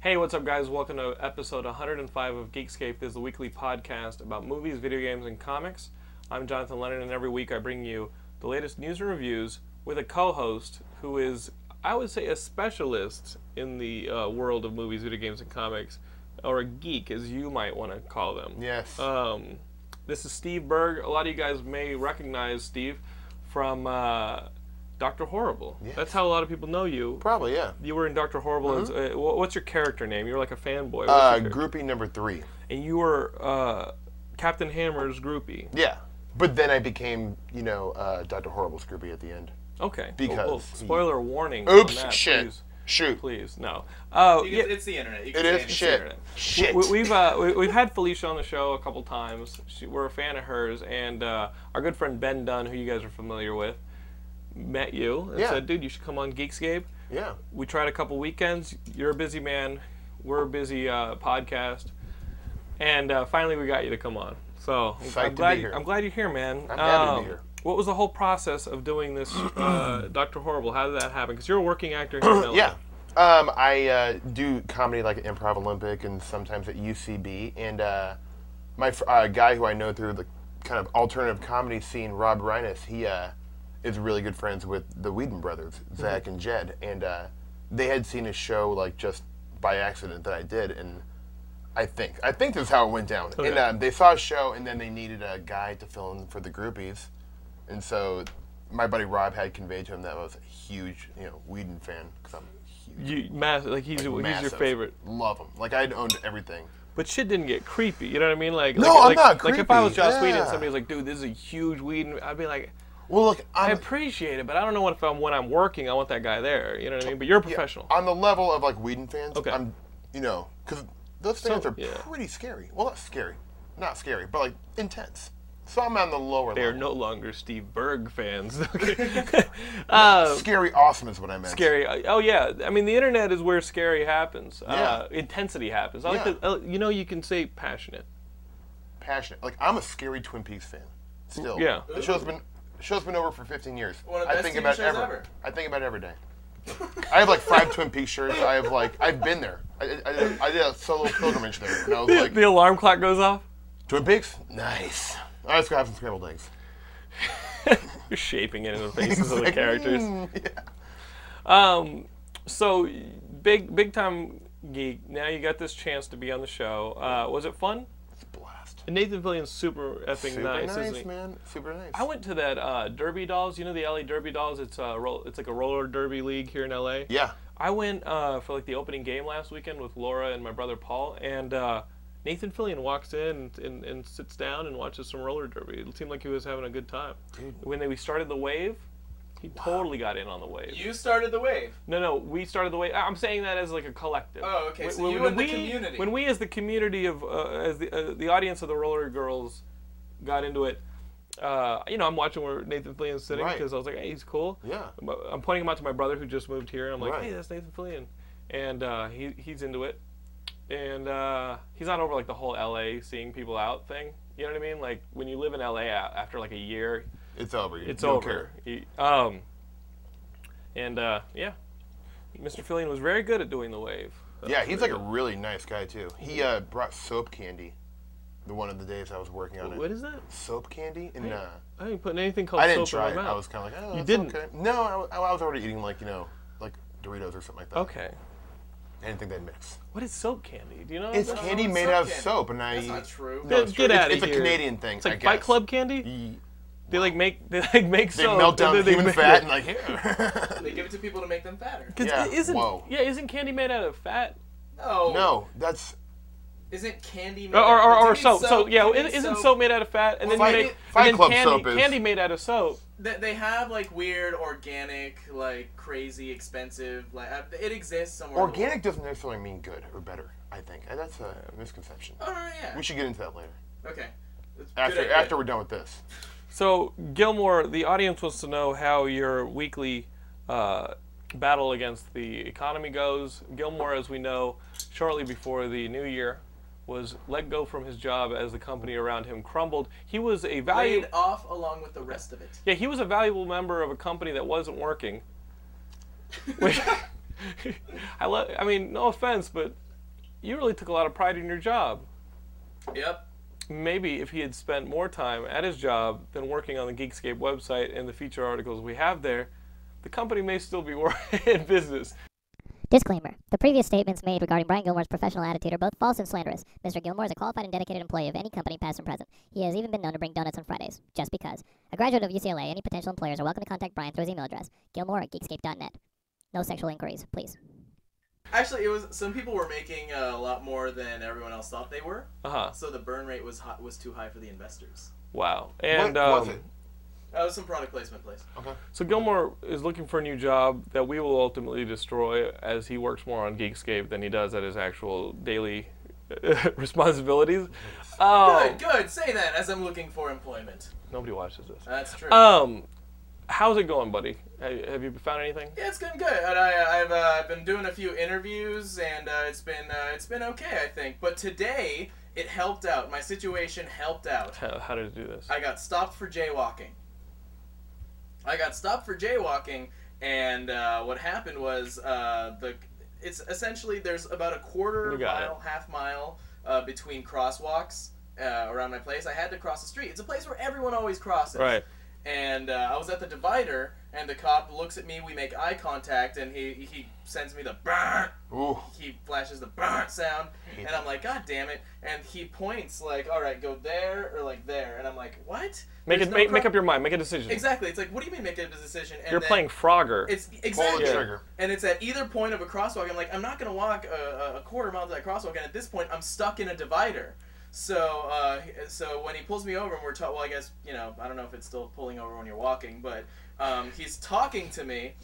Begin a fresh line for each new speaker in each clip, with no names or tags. Hey, what's up, guys? Welcome to episode 105 of Geekscape. This is the weekly podcast about movies, video games, and comics. I'm Jonathan Lennon, and every week I bring you the latest news and reviews with a co host who is, I would say, a specialist in the uh, world of movies, video games, and comics, or a geek, as you might want to call them.
Yes.
Um, this is Steve Berg. A lot of you guys may recognize Steve from uh, Doctor Horrible.
Yes.
That's how a lot of people know you.
Probably, yeah.
You were in Doctor Horrible. as- uh, wha- what's your character name? You were like a fanboy. What's
Uh-huh. Uh,
your char-
groupie number three.
and you were uh, Captain Hammer's groupie.
Yeah. But then I became, you know, uh, Dr. Horrible's groupie at the end.
Okay.
Because he-
spoiler warning. on
Oops,
that,
shit.
Oh, Please,
Shoot.
please no. Uh,
You
yeah,
can, It's the internet. You
It
can say
is
anything.
shit.
internet.
Shit.
we, we've uh, we, we've had Felicia on the show a couple times. She, we're a fan of hers, and uh, our good friend Ben Dunn, who you guys are familiar with, met you and
Yeah.
said, "Dude, you should come on Geekscape."
yeah.
we tried a couple weekends. You're a busy man. We're a busy uh, podcast, and uh, finally we got you to come on. So I'm,
Psyched
I'm
to
glad
be here.
I'm glad you're here, man. Um,
I'm happy to be here.
What was the whole process of doing this, uh, Doctor Horrible? How did that happen? Because you're a working actor. Here in LA.
Yeah. Um, I uh, do comedy like at Improv Olympic and sometimes at UCB. And uh, my fr- uh, guy who I know through the kind of alternative comedy scene, Rob Reines, he uh, is really good friends with the Whedon brothers,
Mm-hmm.
Zach and Jed. And uh, they had seen a show like just by accident that I did. And I think I think that's how it went down. And
Okay.
uh, they saw a show, and then they needed a guy to fill in for the groupies, and so my buddy Rob had conveyed to him that I was a huge, you know, Whedon fan because I'm huge,
You mass like he's your- he's
massive.
your favorite.
Love him. Like I'd owned everything.
But shit didn't get creepy. You know what I mean? Like
No,
like,
I'm
like,
not
Like if I was
creepy.
Joss Whedon, and
Yeah.
somebody's like, dude, this is a huge Whedon. I'd be like.
Well, look,
I
I'm,
appreciate it, but I don't know what if I'm when I'm working, I want that guy there. You know what I mean? But you're a professional.
on the level of like Whedon fans.
Okay.
I'm, you know, because those fans are
yeah.
pretty scary. Well, not scary, not scary, but like intense. So I'm on the lower
They are
level.
no longer Steve Berg fans. uh,
scary awesome is what I meant.
scary. Oh yeah. I mean, the internet is where scary happens. Uh,
Yeah.
intensity happens. I like
Yeah.
to, uh, you know, you can say passionate.
passionate. Like I'm a scary Twin Peaks fan. Still.
Yeah.
The show's been the show's been over for 15 years.
One of the
I
best
think
TV
about
shows
every-
ever.
I think about it every day. I have like five Twin Peaks shirts. I have like I've been there. I, I, I, did, a, I did a solo pilgrimage there, and I was like,
the alarm clock goes off.
Twin Peaks, nice. All right, let's go have some scrambled eggs.
You're shaping it in the faces of the
Like,
characters.
mm, yeah.
Um, so big, big time geek. Now you got this chance to be on the show. Uh, was it fun?
It's a blast.
Nathan Fillion's super effing
Super
nice,
nice,
isn't he?
man. Super nice.
I went to that uh, Derby Dolls. You know the LA Derby Dolls. It's a roll, it's like a roller derby league here in LA.
yeah.
I went uh, for like the opening game last weekend with Laura and my brother Paul, and uh, Nathan Fillion walks in and, and, and sits down and watches some roller derby. It seemed like he was having a good time.
Dude.
When they, we started the wave, he totally got in on the wave.
You started the wave.
no, no, we started the wave. I'm saying that as like a collective.
Oh, okay, so you and the community.
When we, as the community of, uh, as the uh, the audience of the Roller Girls, got into it. Uh, you know, I'm watching where Nathan Fillion's sitting
Right.
because I was like, hey, he's cool.
Yeah.
I'm- I'm pointing him out to my brother who just moved here, and I'm like,
Right.
"Hey, that's Nathan Fillion," and uh, he he's into it, and uh, he's not over like the whole LA seeing people out thing. You know what I mean? Like when you live in LA a- after like a year,
It's over. You
it's
don't
over.
care.
He- um, and uh, yeah, Mr. Fillion was very good at doing the wave.
Yeah, he's like a really nice guy too. He uh, brought soap candy, the one of the days I was working on it.
What is that?
soap candy and uh,
I ain't putting anything called
I didn't
soap
try
in
it.
my mouth.
I was kind of like, oh, that's
didn't?
Okay. No, I, wa- I was already eating like you know, like Doritos or something like that.
okay.
I didn't think they'd mix.
What is soap candy? Do you know?
It's
That's-
candy
it's
made
soap
out of
candy.
soap, and I.
That's not true.
No, it's
Get
true. It's-
outta
It's
here.
a Canadian thing.
It's like
I guess.
Fight Club candy.
Ye-
They like make they like make
They
soap.
melt
and
down
then they
human
make
fat
it.
and like here.
They give it to people to make them fatter.
'Cause
Yeah,
it isn't
whoa.
yeah, isn't candy made out of fat?
No.
no, that's
Isn't candy made
Or or,
out
or,
of-
or
do you mean
soap. So yeah,
do you mean
isn't soap. made out of fat? And then
Fight-
you make
Fight
and then
Club
candy,
soap is-
candy made out of soap.
They, they have like weird organic, like crazy expensive, like uh, it exists somewhere. in the
organic. Doesn't necessarily mean good or better. I think and that's a misconception.
world. Oh yeah.
We should get into that later.
Okay. That's a good
After
idea.
after we're done with this.
So Gilmore, the audience wants to know how your weekly uh, battle against the economy goes. Gilmore, as we know, shortly before the new year, was let go from his job as the company around him crumbled. He was a value.
laid off along with the rest of it.
Yeah, he was a valuable member of a company that wasn't working. Which, I love. I mean, no offense, but you really took a lot of pride in your job.
Yep.
Maybe if he had spent more time at his job than working on the Geekscape website and the feature articles we have there, the company may still be in business.
Disclaimer. The previous statements made regarding Brian Gilmore's professional attitude are both false and slanderous. Mr. Gilmore is a qualified and dedicated employee of any company, past and present. He has even been known to bring donuts on Fridays, just because. A graduate of UCLA, any potential employers are welcome to contact Brian through his email address, gilmore at geekscape.net. No sexual inquiries, please.
Actually, it was some people were making uh, a lot more than everyone else thought they were.
Uh huh.
So the burn rate was hot, was too high for the investors.
Wow. And
what
um,
was it?
That was some product placement place.
So Gilmore is looking for a new job that we will ultimately destroy as he works more on Geekscape than he does at his actual daily responsibilities. Oh,
Good, good. Say that as I'm looking for employment.
nobody watches this.
That's true.
Um, how's it going, buddy? Ha- Have you found anything?
yeah, it's going good. And I, I've uh, been doing a few interviews, and uh, it's been uh, it's been okay, I think. But today, it helped out. My situation helped out.
How, how did you do this?
I got stopped for jaywalking. I got stopped for jaywalking, and uh, what happened was uh, the it's essentially there's about a quarter
You got
mile, half mile uh, between crosswalks uh, around my place. I had to cross the street. It's a place where everyone always crosses.
Right.
And uh, I was at the divider, and the cop looks at me. We make eye contact, and he he sends me the burn
Ooh.
he flashes the burn sound, and I'm like, God damn it! And he points like, all right, go there or like there, and I'm like, what?
Make
There's
it
no
make,
cro-
make up your mind. Make a decision.
Exactly. It's like, what do you mean make up a decision? And
You're
then
playing Frogger.
It's
Pull
exactly.
the trigger.
And it's at either point of a crosswalk. I'm like, I'm not gonna walk a, a- a quarter mile to that crosswalk, and at this point, I'm stuck in a divider. So, uh, so when he pulls me over, and we're talking, well, I guess you know, I don't know if it's still pulling over when you're walking, but um, he's talking to me,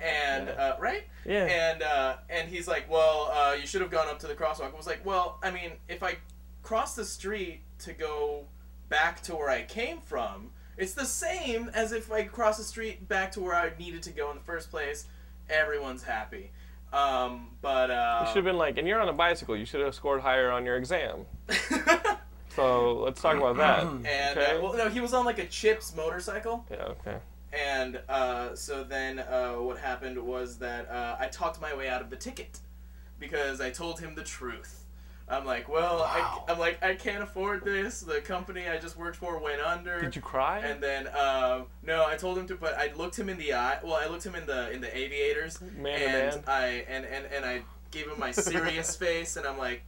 and uh, right,
Yeah.
and uh, and he's like, well, uh, you should have gone up to the crosswalk. I was like, well, I mean, if I cross the street to go back to where I came from, it's the same as if I cross the street back to where I needed to go in the first place. Everyone's happy. Um, but uh,
you should have been like, and you're on a bicycle. You should have scored higher on your exam. So let's talk about that.
and
okay.
uh, well, no, he was on like a Chips motorcycle.
yeah. Okay.
And uh, so then uh, what happened was that uh, I talked my way out of the ticket because I told him the truth. I'm like, well,
Wow.
I, I'm like, I can't afford this. The company I just worked for went under.
Did you cry?
And then um, no, I told him to, but I looked him in the eye. Well, I looked him in the in the aviators,
Man to
and
man.
I and, and and I gave him my serious face, and I'm like,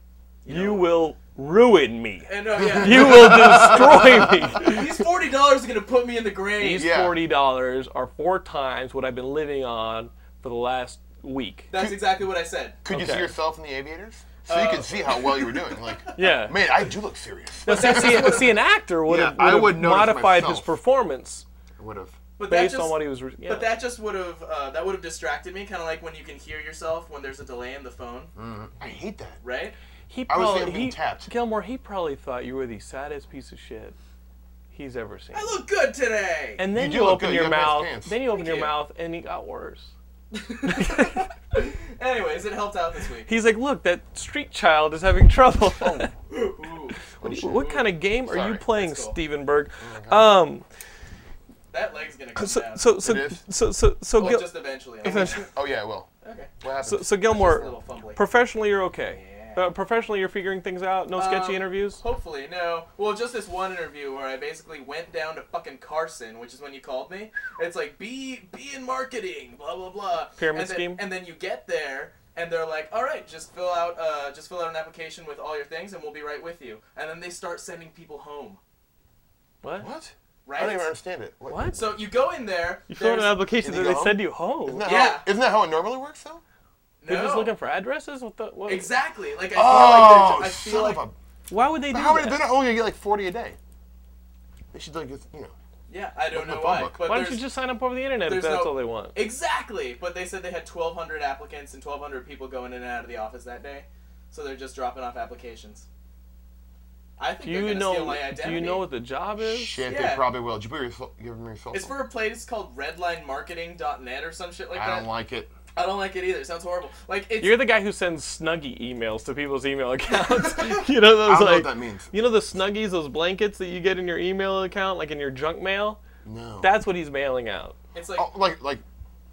you
know-
will ruin me.
and no, yeah,
You will destroy me.
These forty dollars are gonna put me in the grave.
These
Yeah.
forty dollars are four times what I've been living on for the last week.
That's exactly what I said.
Could you
Okay.
see yourself in the aviators? So you could see how well you were doing. Like,
Yeah.
man, I do look serious.
Now, see, see, see, an actor would
Yeah,
have, would
I
have
would notice
modified his
myself.
performance
Would have.
But that
based
just-
on what he was. Re- yeah.
But that just would have uh, that would have distracted me, kind of like when you can hear yourself when there's a delay in the phone,
Mm-hmm.
I hate that.
right?
he
I was
probably
being
he,
tapped.
Gilmore. He probably thought you were the saddest piece of shit he's ever seen.
I look good today.
and then
You
you,
do look
open
good,
your
you have nice
mouth.
pants.
Then you open your
you.
mouth, and he got worse.
Anyways, it helped out this week.
He's like, look, that street child is having trouble.
Ooh,
what, kind of game are
Sorry.
you playing,
That's cool.
Stevenberg? um,
that leg's gonna come
so,
down.
so, so,
It is.
so, so, so,
well,
Gil-
just eventually.
Oh yeah, I will.
okay.
What happened?
so, so
a little
Gilmore.
fumbly.
Professionally, you're okay.
Yeah.
Uh, professionally, you're figuring things out. No sketchy
Um,
interviews.
Hopefully, no. Well, just this one interview where I basically went down to fucking Carson, which is when you called me. It's like be be in marketing, blah blah blah.
Pyramid
and then,
scheme?
And then you get there, and they're like, "All right, just fill out uh, just fill out an application with all your things, and we'll be right with you." And then they start sending people home.
What?
what? I
Right.
don't even understand it. What?
What?
So you go in there.
You fill out an
there's-
application
Did he
and they
go home?
send you home.
Isn't that
Yeah.
How, isn't that how it normally works though?
They're just
No.
looking for addresses. What the? What?
Exactly. Like I feel
Oh,
like they're, ju- I
son
feel like
of
Why would they do
a. How
that?
many? They're not only gonna get like forty a day. They should like, you know.
yeah. I don't
Open the
know
phone
why.
book.
But
Why don't
there's-
you just sign up over the internet if
there's
that's
no-
all they want?
Exactly, but they said they had 1,200 applicants and 1,200 people going in and out of the office that day, so they're just dropping off applications. I think
Do
they're
you
gonna steal
know?
my identity.
Do you know what the job is?
Shit,
Yeah.
they probably will. Did you put your, cell- give them your cell
It's
phone?
for a place called RedlineMarketing.net or some shit like
I
that.
don't like it.
I don't like it either. It sounds horrible. Like it's
You're the guy who sends Snuggie emails to people's email accounts. you know those like
I don't know what that means.
you know the Snuggies, those blankets that you get in your email account, like in your junk mail.
No.
That's what he's mailing out.
it's like
oh, like like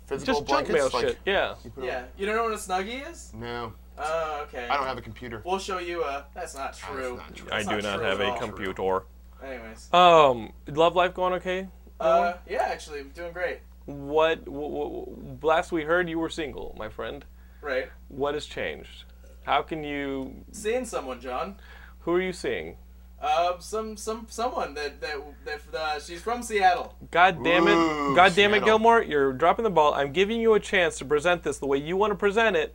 physical
Just junk
blankets.
mail
like,
shit. Yeah.
You put it
yeah. You don't know what a snuggie is?
on- No.
Oh, okay.
I don't have a computer.
We'll show you. Uh, that's not true.
not true.
I
That's
do not
true
have
at
a
all.
computer.
Anyways,
Um, love life going okay?
uh, yeah, actually, I'm doing great.
What? W- w- last we heard, you were single, my friend.
Right,
What has changed? How can you?
seeing someone, John.
Who are you seeing?
Uh, some some someone that that that uh, she's from Seattle.
God damn it!
Ooh,
God damn it,
Seattle.
Gilmore! You're dropping the ball. I'm giving you a chance to present this the way you want to present it.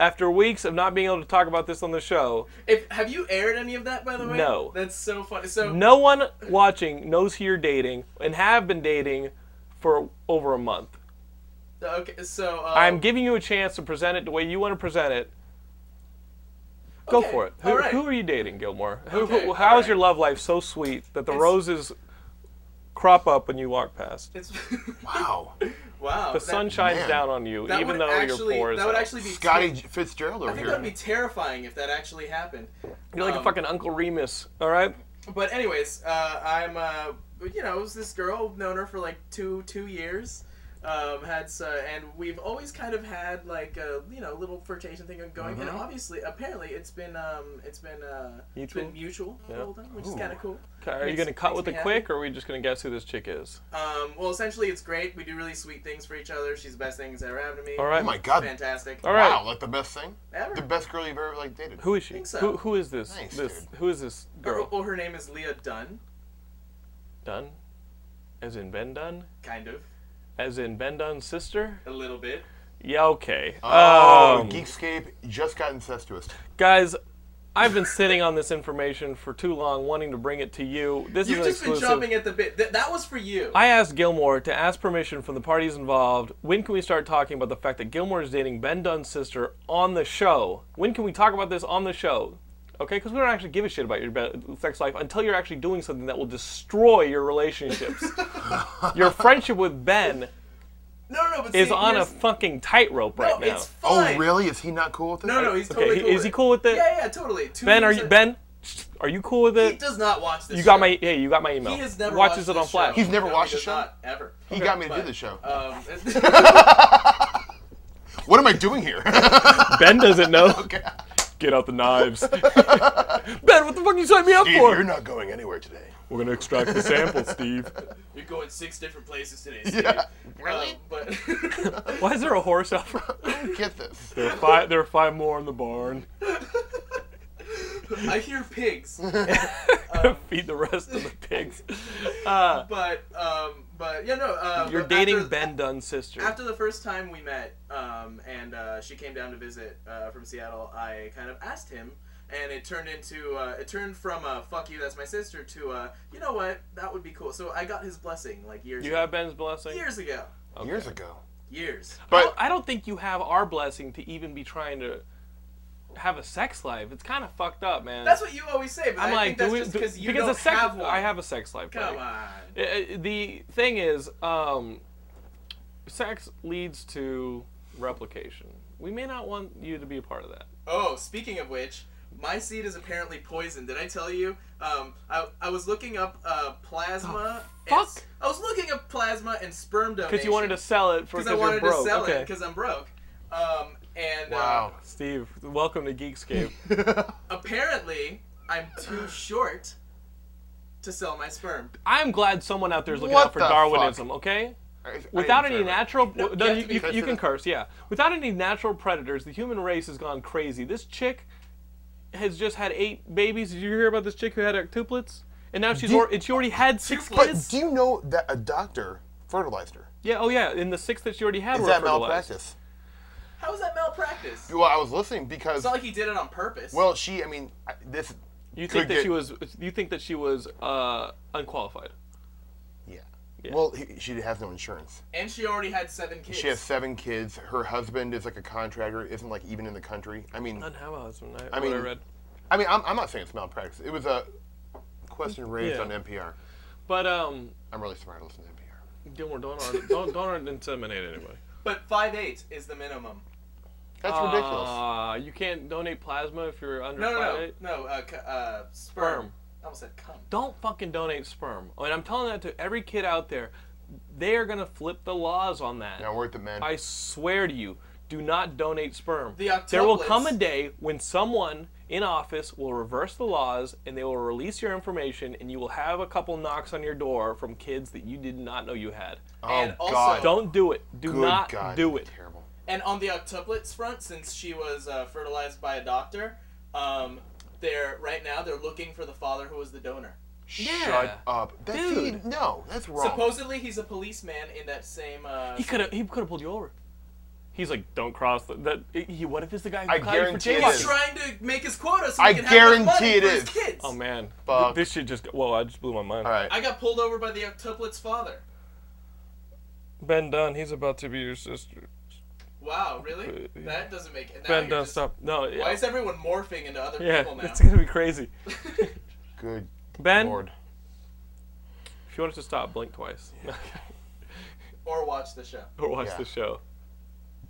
After weeks of not being able to talk about this on the show,
If have you aired any of that by the way?
No.
That's so funny. So
no one watching knows who you're dating and have been dating for over a month.
okay, so uh,
I'm giving you a chance to present it the way you want to present it. Go
Okay,
for it. Who,
all right.
who are you dating, Gilmore? Who,
Okay,
who,
all
how is
right.
your love life so sweet that the
It's-
roses crop up when you walk past?
It's
Wow.
wow.
The sun shines
man.
down on you,
that
even
would
though
actually,
you're poor as
That would
hell.
actually be.
Scotty
ter-
J- Fitzgerald
I
over
think that'd
here.
be terrifying if that actually happened.
You're like a
um,
fucking Uncle Remus, all right?
But anyways, uh, I'm uh, you know, it was this girl known her for like two two years. Um, had uh, and we've always kind of had like a you know little flirtation thing going, and
Mm-hmm.
obviously apparently it's been um it's been uh it's been mutual the whole time, which is kind of cool.
Okay, Are you
Makes-
going to cut
makes
with
me
a
happy.
quick, or are we just going to guess who this chick is?
Um, well, essentially it's great. We do really sweet things for each other. She's the best thing that's ever happened to me.
All right.
Oh my god.
fantastic.
All right.
Wow, like the best thing?
Ever.
The best girl you've ever like dated.
Who is she?
think so.
Who, who is this?
Nice,
this
dude.
who is this girl?
Well, her name is Leah Dunn,
Dunn? As in Ben Dunn?
kind of
As in Ben Dunn's sister?
a little bit.
Yeah, okay.
Uh.
Oh,
Um,
Geekscape just got incestuous.
Guys, I've been sitting on this information for too long, wanting to bring it to you. This
You've
is
just been
exclusive.
jumping at the bit. Th- that was for you.
I asked Gilmore to ask permission from the parties involved. When can we start talking about the fact that Gilmore is dating Ben Dunn's sister on the show? When can we talk about this on the show? Okay, because we don't actually give a shit about your be- sex life until you're actually doing something that will destroy your relationships. your friendship with Ben
no, no, no, but
is
see,
on a
here's-
fucking tightrope
no,
right now.
it's fine.
Oh, really? Is he not cool with it?
No, no, he's
Okay,
totally
he-
cool.
is he cool with it?
Yeah, yeah, totally. Two
ben, are
years
you
in-
Ben? Are you cool with it?
He does not watch this.
You got
show.
my hey, you got my email.
He has never
watches
watched
it on
this
Flash.
show.
He's never
No,
watched the
he does
show?
Not ever.
He got me to do
But,
the show.
Um,
What am I doing here?
Ben doesn't know.
Oh,
Get out the knives. ben, what the fuck you signed me up
Dude,
for?
you're not going anywhere today.
We're gonna extract the sample, Steve.
you're going six different places today. Steve.
Yeah.
Um, but
Why is there a horse out front?
Get this.
There are five there are five more in the barn.
I hear pigs.
Feed the rest of the pigs.
But um, but yeah, no. Uh,
You're
but
dating
after,
Ben Dunn's sister.
After the first time we met, um, and uh, she came down to visit uh, from Seattle, I kind of asked him, and it turned into uh, it turned from uh, "fuck you, that's my sister" to uh, you know what, that would be cool. So I got his blessing like years
you
ago.
have Ben's blessing?
years ago,
Years ago.
years.
I
But
don't- Oh, I don't think you have our blessing to even be trying to have a sex life. It's kind of fucked up, man.
That's what you always say, but i
I'm like,
think that's
do we,
just
do-
because you
because
don't
the sex,
have one.
I have a sex life.
Come
buddy.
on.
Uh, the thing is, um, sex leads to replication. We may not want you to be a part of that.
Oh, speaking of which, my seed is apparently poisoned. Did I tell you? Um, I, I was looking up uh, plasma.
The
and-
fuck?
I was looking up plasma and sperm donation.
Because you wanted to sell it for
Because
because
I
you're
wanted
broke.
to sell it
okay.
because I'm broke. Um, and uh,
wow.
Steve, welcome to Geekscape.
apparently, I'm too short to sell my sperm.
I'm glad someone out there is looking
What
out for
the
Darwinism. Okay. Without any natural, no,
you have
you,
to be
you- you
sensitive.
can curse, yeah. Without any natural predators, the human race has gone crazy. This chick has just had eight babies. Did you hear about this chick who had octuplets? And now she's
Did-
or, she already had six
But
But
kids.
do you know that a doctor fertilized her?
Yeah, oh yeah, in the six that she already had
Is
were
that
fertilized.
malpractice?
How is that malpractice? It's
Well, I was listening because,
not like he did it on purpose.
well, she, I mean, I- this.
You think
could
that
get-
she was? You think that she was uh, unqualified?
Yeah. Well, he, she has no insurance.
and she already had seven kids.
She has seven kids. Her husband is like a contractor. Isn't like even in the country. I mean,
Doesn't have a husband. I,
I
what I
mean-
read.
I mean, I'm, I'm not saying it's malpractice. It was a question raised
Yeah.
on NPR.
But um,
I'm really smart. I listen to NPR.
Gilmore, don't already, don't don't intimidate anybody.
but five eight is the minimum.
That's ridiculous.
Uh, you can't donate plasma if you're under
No, no,
five
no,
eight.
no. Uh, c- uh, sperm.
Sperm.
I almost said cum.
Don't fucking donate sperm. and I'm telling that to every kid out there. They are gonna flip the laws on that.
Now worth it, man.
I swear to you. do not donate sperm.
The
there will
octuplets.
come a day when someone in office will reverse the laws and they will release your information and you will have a couple knocks on your door from kids that you did not know you had.
Oh
also-
God!
Don't do it. Do
Good
not
God,
do it.
Terrible.
And on the octuplets front, since she was uh, fertilized by a doctor, um, they're right now they're looking for the father who was the donor.
Yeah.
Shut up. That's,
Dude.
see, no, that's wrong.
Supposedly, he's a policeman in that same. Uh,
He could have. He could have pulled you over. He's like, don't cross the, that. He. What if it's the guy who
I
caught you for
guarantee it
jaywalking?
he's trying to make his quota so he
I
can have enough money
guarantee it
for his
is.
kids.
Oh man,
Fuck.
this shit just. Whoa, I just blew my mind.
All right.
I got pulled over by the octuplet's father.
Ben Dunn, he's about to be your sister.
Wow, really? That doesn't make it.
Uh, Ben Dunn, stop. No,
Why
yeah,
is everyone morphing into other
yeah,
people now?
it's gonna be crazy.
Good
Ben,
lord.
if you want us to stop, blink twice
Or watch the show.
or watch
Yeah.
the show.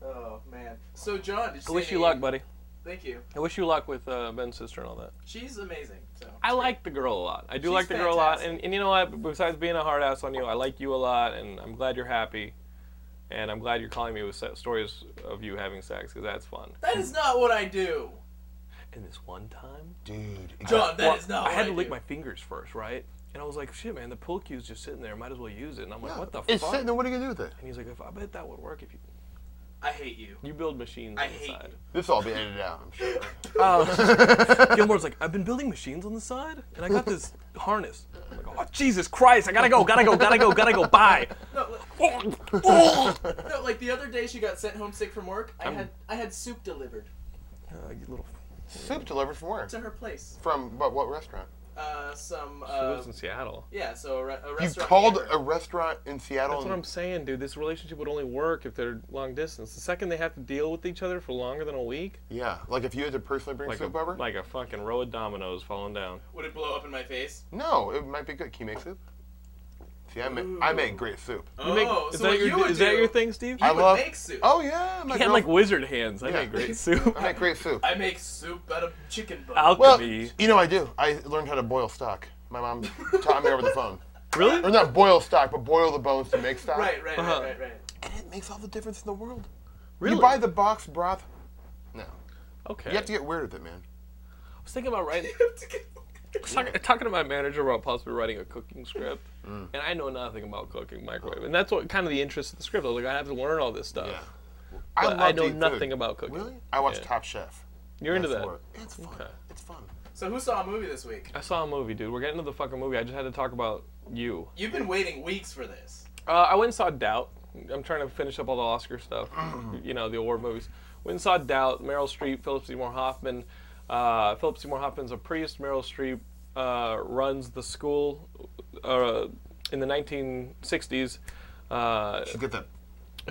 Oh man. So John, did
I
you see
wish you
any-
luck, buddy.
Thank you.
I wish you luck with uh, Ben's sister and all that.
She's amazing. So.
I like the girl a lot. I do
She's
like the girl a lot,
fantastic.
and, and you know what? Besides being a hard ass on you, I like you a lot, and I'm glad you're happy, and I'm glad you're calling me with se- stories of you having sex because that's fun.
That is not what I do.
And this one time,
Dude. it got-
John, That is
Well,
not
I
what
had to lick
do.
my fingers first, right? And I was like, shit, man, the pool cue's just sitting there. Might as well use it. And I'm like, what the
It's
fuck?
sitting there. What are you going to do with it?
and he's like, if, I bet that would work if you
I hate you.
you build machines
I
on the
hate
side.
This will all be edited out, I'm sure.
Gilmore's like, I've been building machines on the side, and I got this harness. I'm like, oh Jesus Christ, I gotta go, gotta go, gotta go, gotta go. Bye.
No, li- no, like the other day she got sent home sick from work. I had I had soup delivered
Uh, you little.
Soup delivered from where?
to her place.
From what, what restaurant?
Uh, some
She
uh,
lives in Seattle.
yeah, so a, re- a
You
restaurant.
called
neighbor.
a restaurant in Seattle
That's what I'm
and
saying, dude. This relationship would only work if they're long distance. The second they have to deal with each other for longer than a week,
Yeah. Like if you had to personally bring
like a,
soup over?
like a fucking row of dominoes falling down.
Would it blow up in my face?
no, it might be good. Can you make soup? See, I make, I make great soup.
Oh,
make-
so
is
what
that your
you would
is that
do-
your thing, Steve?
I
would
love
make soup.
Oh yeah, my
He had
girl-
like wizard hands. I
Yeah.
make great soup.
I make great soup.
I make soup out of chicken bone.
Well,
Alchemy.
you know I do. I learned how to boil stock. My mom taught me over the phone. Or
really?
not boil stock, but boil the bones to make stock.
Right, right,
Uh-huh.
right, right, right.
And it makes all the difference in the world.
Really?
You buy the box broth. No.
okay.
You have to get weird with it, man.
I was thinking about writing. I was talking, talking to my manager about possibly writing a cooking script,
Mm.
and I know nothing about cooking microwave, and that's what kind of the interest of the script. I was like, I have to learn all this stuff.
Oh. Yeah.
But
love
I
to
know
eat
nothing
food.
about cooking.
Really? I watch
Yeah.
Top Chef.
You're into
That's
that.
where- It's fun.
Okay.
It's fun.
So who saw a movie this week?
I saw a movie, dude. We're getting to the fucking movie. I just had to talk about you.
You've been waiting weeks for this.
Uh, I went and saw Doubt. I'm trying to finish up all the Oscar stuff, you know, the award movies. Went and saw Doubt, Meryl Streep, Philip Seymour Hoffman. Uh, Philip Seymour Hoffman's a priest. Meryl Streep uh, runs the school uh, in the 1960s. Uh,
You get that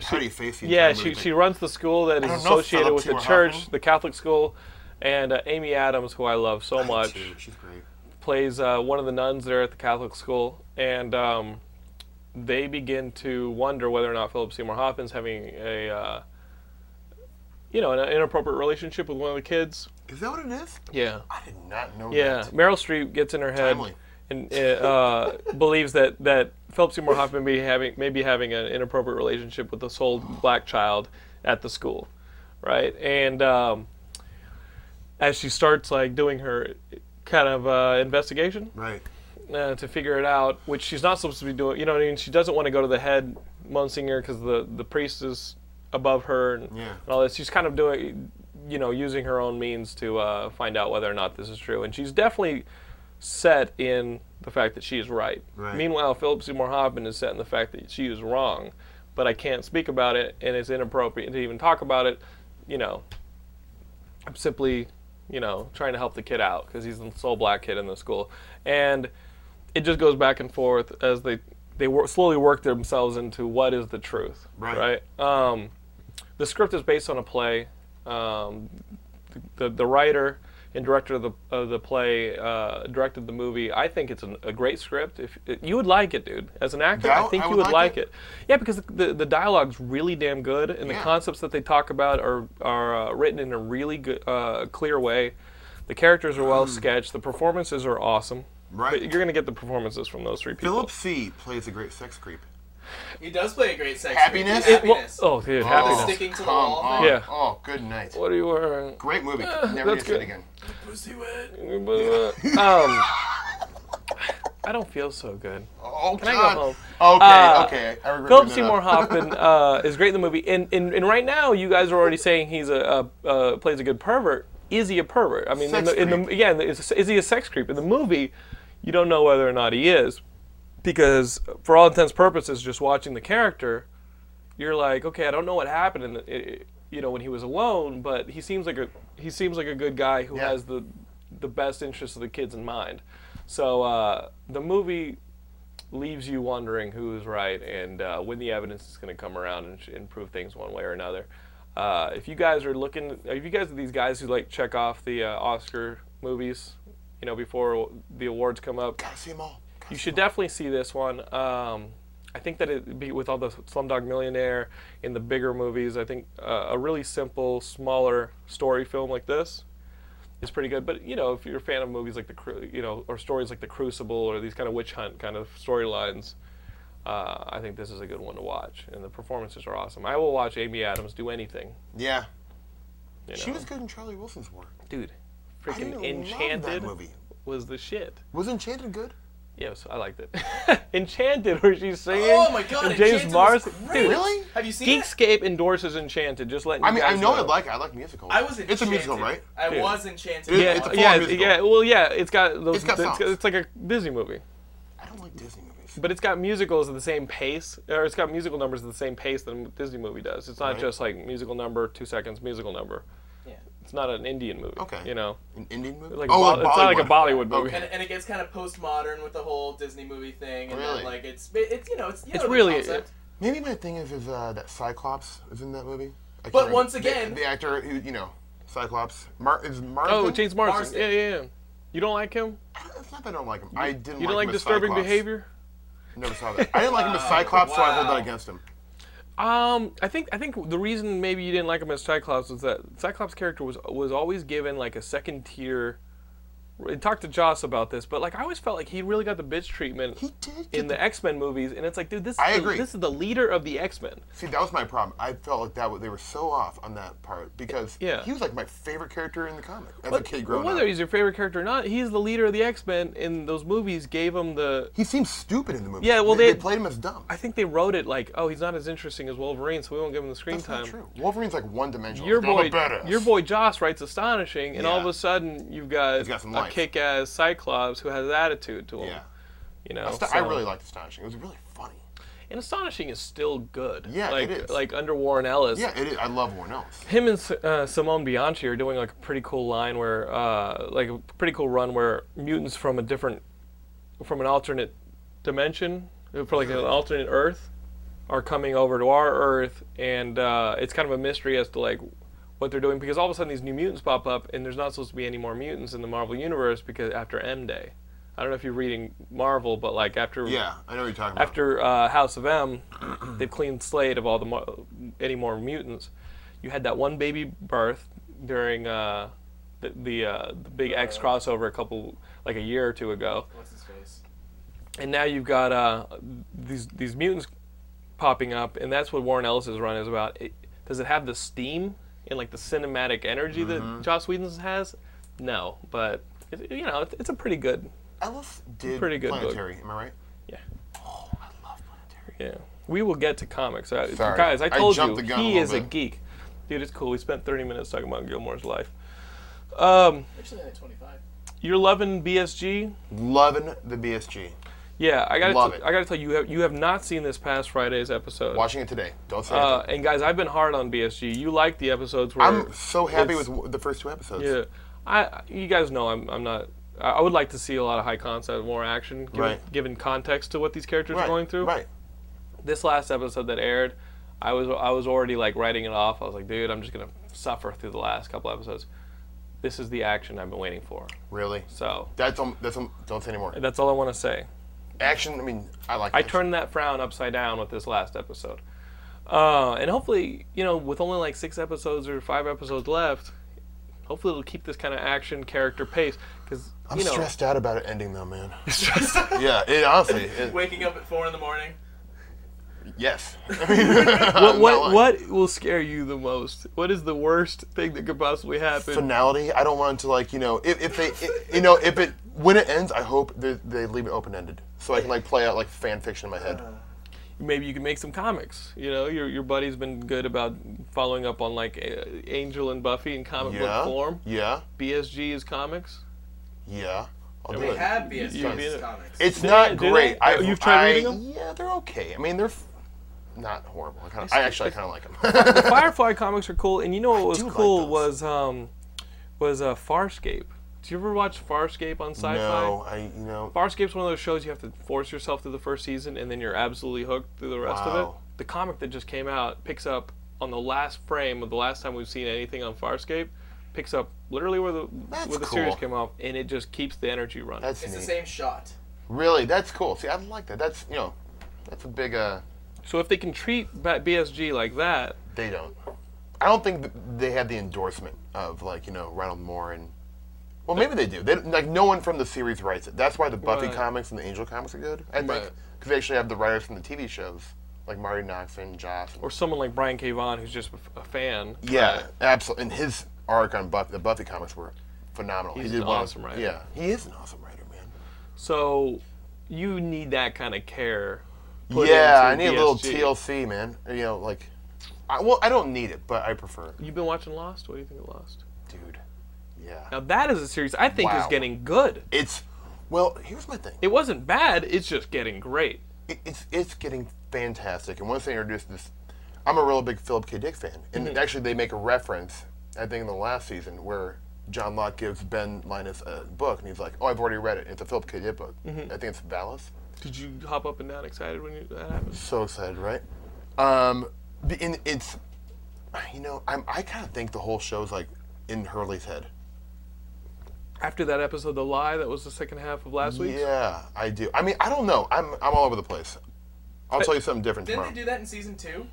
pretty face. the
yeah,
entire
she,
movie.
she runs the school that is
don't know Philip
associated with the
Seymour
church,
Hoffman.
the Catholic school. And uh, Amy Adams, who I love so
Me
much
too. She's great.
plays uh, one of the nuns there at the Catholic school, and um, they begin to wonder whether or not Philip Seymour Hoffman's having a, uh, you know, an inappropriate relationship with one of the kids.
Is that what it is?
Yeah.
I did not know
Yeah.
that.
Meryl Streep gets in her head
Timely.
and uh, uh, believes that that Philip Seymour Hoffman may be having may be having an inappropriate relationship with this whole black child at the school, right? And um, as she starts like doing her kind of uh, investigation,
Right.
uh, to figure it out, which she's not supposed to be doing. You know what I mean? She doesn't want to go to the head Monsignor because the, the priest is above her and,
Yeah.
and all this. She's kind of doing, you know, using her own means to uh, find out whether or not this is true. And she's definitely set in the fact that she is right.
Right.
Meanwhile, Philip Seymour Hoffman is set in the fact that she is wrong, but I can't speak about it and it's inappropriate to even talk about it. You know, I'm simply, you know, trying to help the kid out because he's the sole black kid in the school, and it just goes back and forth as they they wor- slowly work themselves into what is the truth,
Right.
right? Um, the script is based on a play. Um, the the writer and director of the of the play uh, directed the movie. I think it's an, a great script. If you would like it, dude, as an actor, I
Doubt
think
I
you
would
would
like
like it. Yeah, because the the dialogue's really damn good, and the
Yeah.
concepts that they talk about are are uh, written in a really good, uh, clear way. The characters are well sketched. The performances are awesome.
Hmm. Right.
But you're gonna get the performances from those three people.
Philip C. plays a great sex creep.
He does play a great sex.
Happiness?
Movie.
It-
Well,
Happiness.
oh, dude,
Oh,
The
happiness.
sticking to the
come
wall
on.
thing. Yeah.
Oh, good night.
What are you wearing?
Great movie. Never do
that's
that
good.
again.
oh.
Pussy
um,
wet.
I Um, don't feel so good.
Oh,
I go
God.
home?
Okay,
Uh,
okay. I
Philip
regret bringing that
Seymour
up.
Hoffman uh, is great in the movie, and, and and right now you guys are already saying he's a, a uh, plays a good pervert. Is he a pervert? I mean, in
Sex
the, in the
creep.
yeah, in the- is, is he a sex creep? In the movie, you don't know whether or not he is, because for all intents and purposes, just watching the character, you're like, okay, I don't know what happened, in the, i- i you know, when he was alone, but he seems like a he seems like a good guy who
Yeah.
has the the best interests of the kids in mind. So uh, the movie leaves you wondering who is right and uh, when the evidence is going to come around and, sh- and prove things one way or another. Uh, if you guys are looking, if you guys are these guys who like check off the uh, Oscar movies, you know, before the awards come up,
Gotta see 'em all. Gotta
you
see
should definitely see this one. Um, I think that it be with all the Slumdog Millionaire and the bigger movies. I think uh, a really simple, smaller story film like this is pretty good. But you know, if you're a fan of movies like the Cru- you know or stories like the Crucible or these kind of witch hunt kind of storylines, uh, I think this is a good one to watch. And the performances are awesome. I will watch Amy Adams do anything.
'em. Yeah.
You know?
She was good in Charlie Wilson's work.
dude,
I didn't
freaking
love that
Enchanted
movie.
was the shit.
Was Enchanted good?
Yes, I liked it. Enchanted, where she's singing.
Oh my God,
and James
Enchanted was
Marsden.
great.
Dude,
Really?
Have you seen it?
Geekscape endorses Enchanted. Just letting
I
you
mean, I
guys
know I like it. I like musicals.
I was enchanted.
It's a musical, right?
I
Dude.
was enchanted.
It-
Yeah,
it's a full-on
yeah,
musical.
yeah. Well, yeah, it's got those.
It's got songs.
it's like a Disney movie,
I don't like Disney movies.
but it's got musicals at the same pace, or it's got musical numbers at the same pace that a Disney movie does. It's not
Right.
just like musical number, two seconds, musical number.
Yeah.
It's not an Indian movie.
Okay. Oh,
You know,
An Indian movie?
like a Bo- it's not like a Bollywood movie.
And, and it gets kind of postmodern with the whole Disney movie thing, and
Really?
then, like it's it's you know it's you
It's
know, the
really-
concept.
Maybe my thing is is uh, that Cyclops is in that movie. I can't
But
remember.
once
The-
again-
the, actor who you know, Cyclops, Mar- is Martin.
Oh, James Marsden.
Marsden.
Yeah, yeah, yeah. You don't like him?
It's not that I don't like him. I didn't.
You don't like
him as
disturbing
Cyclops.
behavior?
Never saw that. I didn't like him as Cyclops, so I hold
Wow.
that against him.
Um, I think I think the reason maybe you didn't like him as Cyclops was that Cyclops' character was was always given like a second tier. And talked to Joss about this, but like I always felt like he really got the bitch treatment
He did. get
in the X Men movies, and it's like, dude, this
I
is the,
agree.
this is the leader of the X Men.
See, that was my problem. I felt like that was- they were so off on that part because
Yeah.
he was like my favorite character in the comic as a kid growing
Whether
up.
he's your favorite character or not, he's the leader of the X Men, and those movies gave him the.
He seemed stupid in the movie.
Yeah, well,
they,
they-
played him as dumb.
I think they wrote it like, oh, he's not as interesting as Wolverine, so we won't give him the screen
That's
time.
not true. Wolverine's like one dimensional.
your
I'm a
boy,
badass.
your boy Joss writes astonishing, and all of
Yeah.
a sudden you've got,
He's got some
a
life.
kick-ass Cyclops who has attitude to him.
Yeah.
You know,
Ast- I
so-
really liked Astonishing. It was really funny.
and astonishing is still good.
Yeah, it
like
is.
like under Warren Ellis.
Yeah, it is. I love Warren Ellis.
Him and S- uh, Simone Bianchi are doing like a pretty cool line where, uh, like a pretty cool run where mutants from a different, from an alternate dimension, uh, for like an alternate Earth, are coming over to our Earth, and uh, it's kind of a mystery as to like what they're doing because all of a sudden these new mutants pop up, and there's not supposed to be any more mutants in the Marvel universe because after M Day, I don't know if you're reading Marvel, but like after
Yeah, I know what you're talking about.
after uh, House of M, they've cleaned slate of all the mo- any more mutants. You had that one baby birth during uh, the the, uh, the big X crossover a couple like a year or two ago,
What's his face?
and now you've got uh, these these mutants popping up, and that's what Warren Ellis's run is about. It, does it have the steam and like the cinematic energy that Joss Whedon has? No, but it, you know it's, it's a pretty good
Ellis did
pretty good
Planetary. Am I right?
yeah.
Oh, I love Planetary.
Yeah. We will get to comics. I,
Sorry.
Guys, I
I
told
jumped
you,
the gun a
he
little
is a
bit.
geek. Dude, it's cool. We spent 30 minutes talking about Gilmore's life. Um,
Actually, like twenty-five.
you're loving BSG?
Loving the BSG.
Yeah, I gotta,
Love
t-
it.
I gotta tell you, you have, you have not seen this past Friday's episode.
Watching it today. Don't say
Uh,
anything.
and guys, I've been hard on BSG. You like the episodes where
I'm so happy
it's-
with w- the first two episodes.
Yeah, I you guys know I'm I'm not. I I would like to see a lot of high concept, more action, given,
Right.
given context to what these characters
Right.
are going through.
Right.
this last episode that aired, I was I was already like writing it off. I was like, dude, I'm just gonna suffer through the last couple episodes. This is the action I've been waiting for.
Really.
So
That's um, that's um, don't say anymore.
that's all I want to say.
Action. I mean, I like.
I
action.
turned that frown upside down with this last episode, uh, and hopefully, you know, with only like six episodes or five episodes left, hopefully it'll keep this kind of action character pace. Because
I'm
you know,
stressed out about it ending though, man. yeah. It honestly. It,
Waking up at four in the morning.
Yes. I mean, I'm not
What
lying.
what will scare you the most? What is the worst thing that could possibly happen?
finality? I don't want it to like you know if, if they i you know if it when it ends, I hope they, they leave it open ended so I can like play out like fan fiction in my
Uh,
head.
Maybe you can make some comics. You know, your your buddy's been good about following up on like uh, Angel and Buffy in comic
yeah.
book form.
Yeah.
BSG is comics.
Yeah. I'll do
we
it.
They have BSG's
You did it.
comics.
It's
Do
not
they- do
great.
they?
I,
You've tried
I-
reading 'em?
Yeah, they're okay. I mean, they're f- not horrible. I, kinda, I actually kind of like them.
The Firefly comics are cool, and you know what was
do like
cool
those.
was um was uh, Farscape. Do you ever watch Farscape on Sci-Fi?
no, I you know
Farscape's one of those shows you have to force yourself through the first season, and then you're absolutely hooked through the rest of it.
Wow.
The comic that just came out picks up on the last frame of the last time we've seen anything on Farscape, picks up literally where the
That's
where the
cool.
series came off, and it just keeps the energy running.
that's
It's the
neat.
same shot.
Really, that's cool. See, I like that. That's you know, that's a big uh.
so if they can treat ba- BSG like that,
They don't. I don't think th- they have the endorsement of like you know Ronald Moore and. Well, maybe they do. They, like no one from the series writes it. That's why the Buffy
Right.
comics and the Angel comics are good. I think
Right.
because they actually have the writers from the TV shows like Marty Knox and Joss.
or someone like Brian K. Vaughan who's just a f- a fan,
yeah, absolutely. And his arc on Buffy, the Buffy comics were phenomenal.
He's
he did
an
one-
awesome writer.
Yeah, he is an awesome writer, man.
so you need that kind of care. put
yeah, I
into
need a little
BSG.
TLC, man. You know, like, I, well, I don't need it, but I prefer, it.
You've been watching Lost. What do you think of Lost?
dude. Yeah.
Now that is a series I think is
Wow.
getting good.
It's well. Here's my thing.
It wasn't bad. It's just getting great.
It, it's it's getting fantastic. And once they introduced this, I'm a real big Philip K. Dick fan. And
Mm-hmm.
actually, they make a reference. I think in the last season where John Locke gives Ben Linus a book, and he's like, "Oh, I've already read it. It's a Philip K. Dick book.
Mm-hmm.
I think it's Valis."
Did you hop up and down excited when you, that happened?
So excited, right? Um, the- and it's you know I'm, I kind of think the whole show's like in Hurley's head.
After that episode, the lie that was the second half of last week.
Yeah, I do. I mean, I don't know. I'm I'm all over the place. I'll tell you something different
Didn't
tomorrow.
they do that in season two?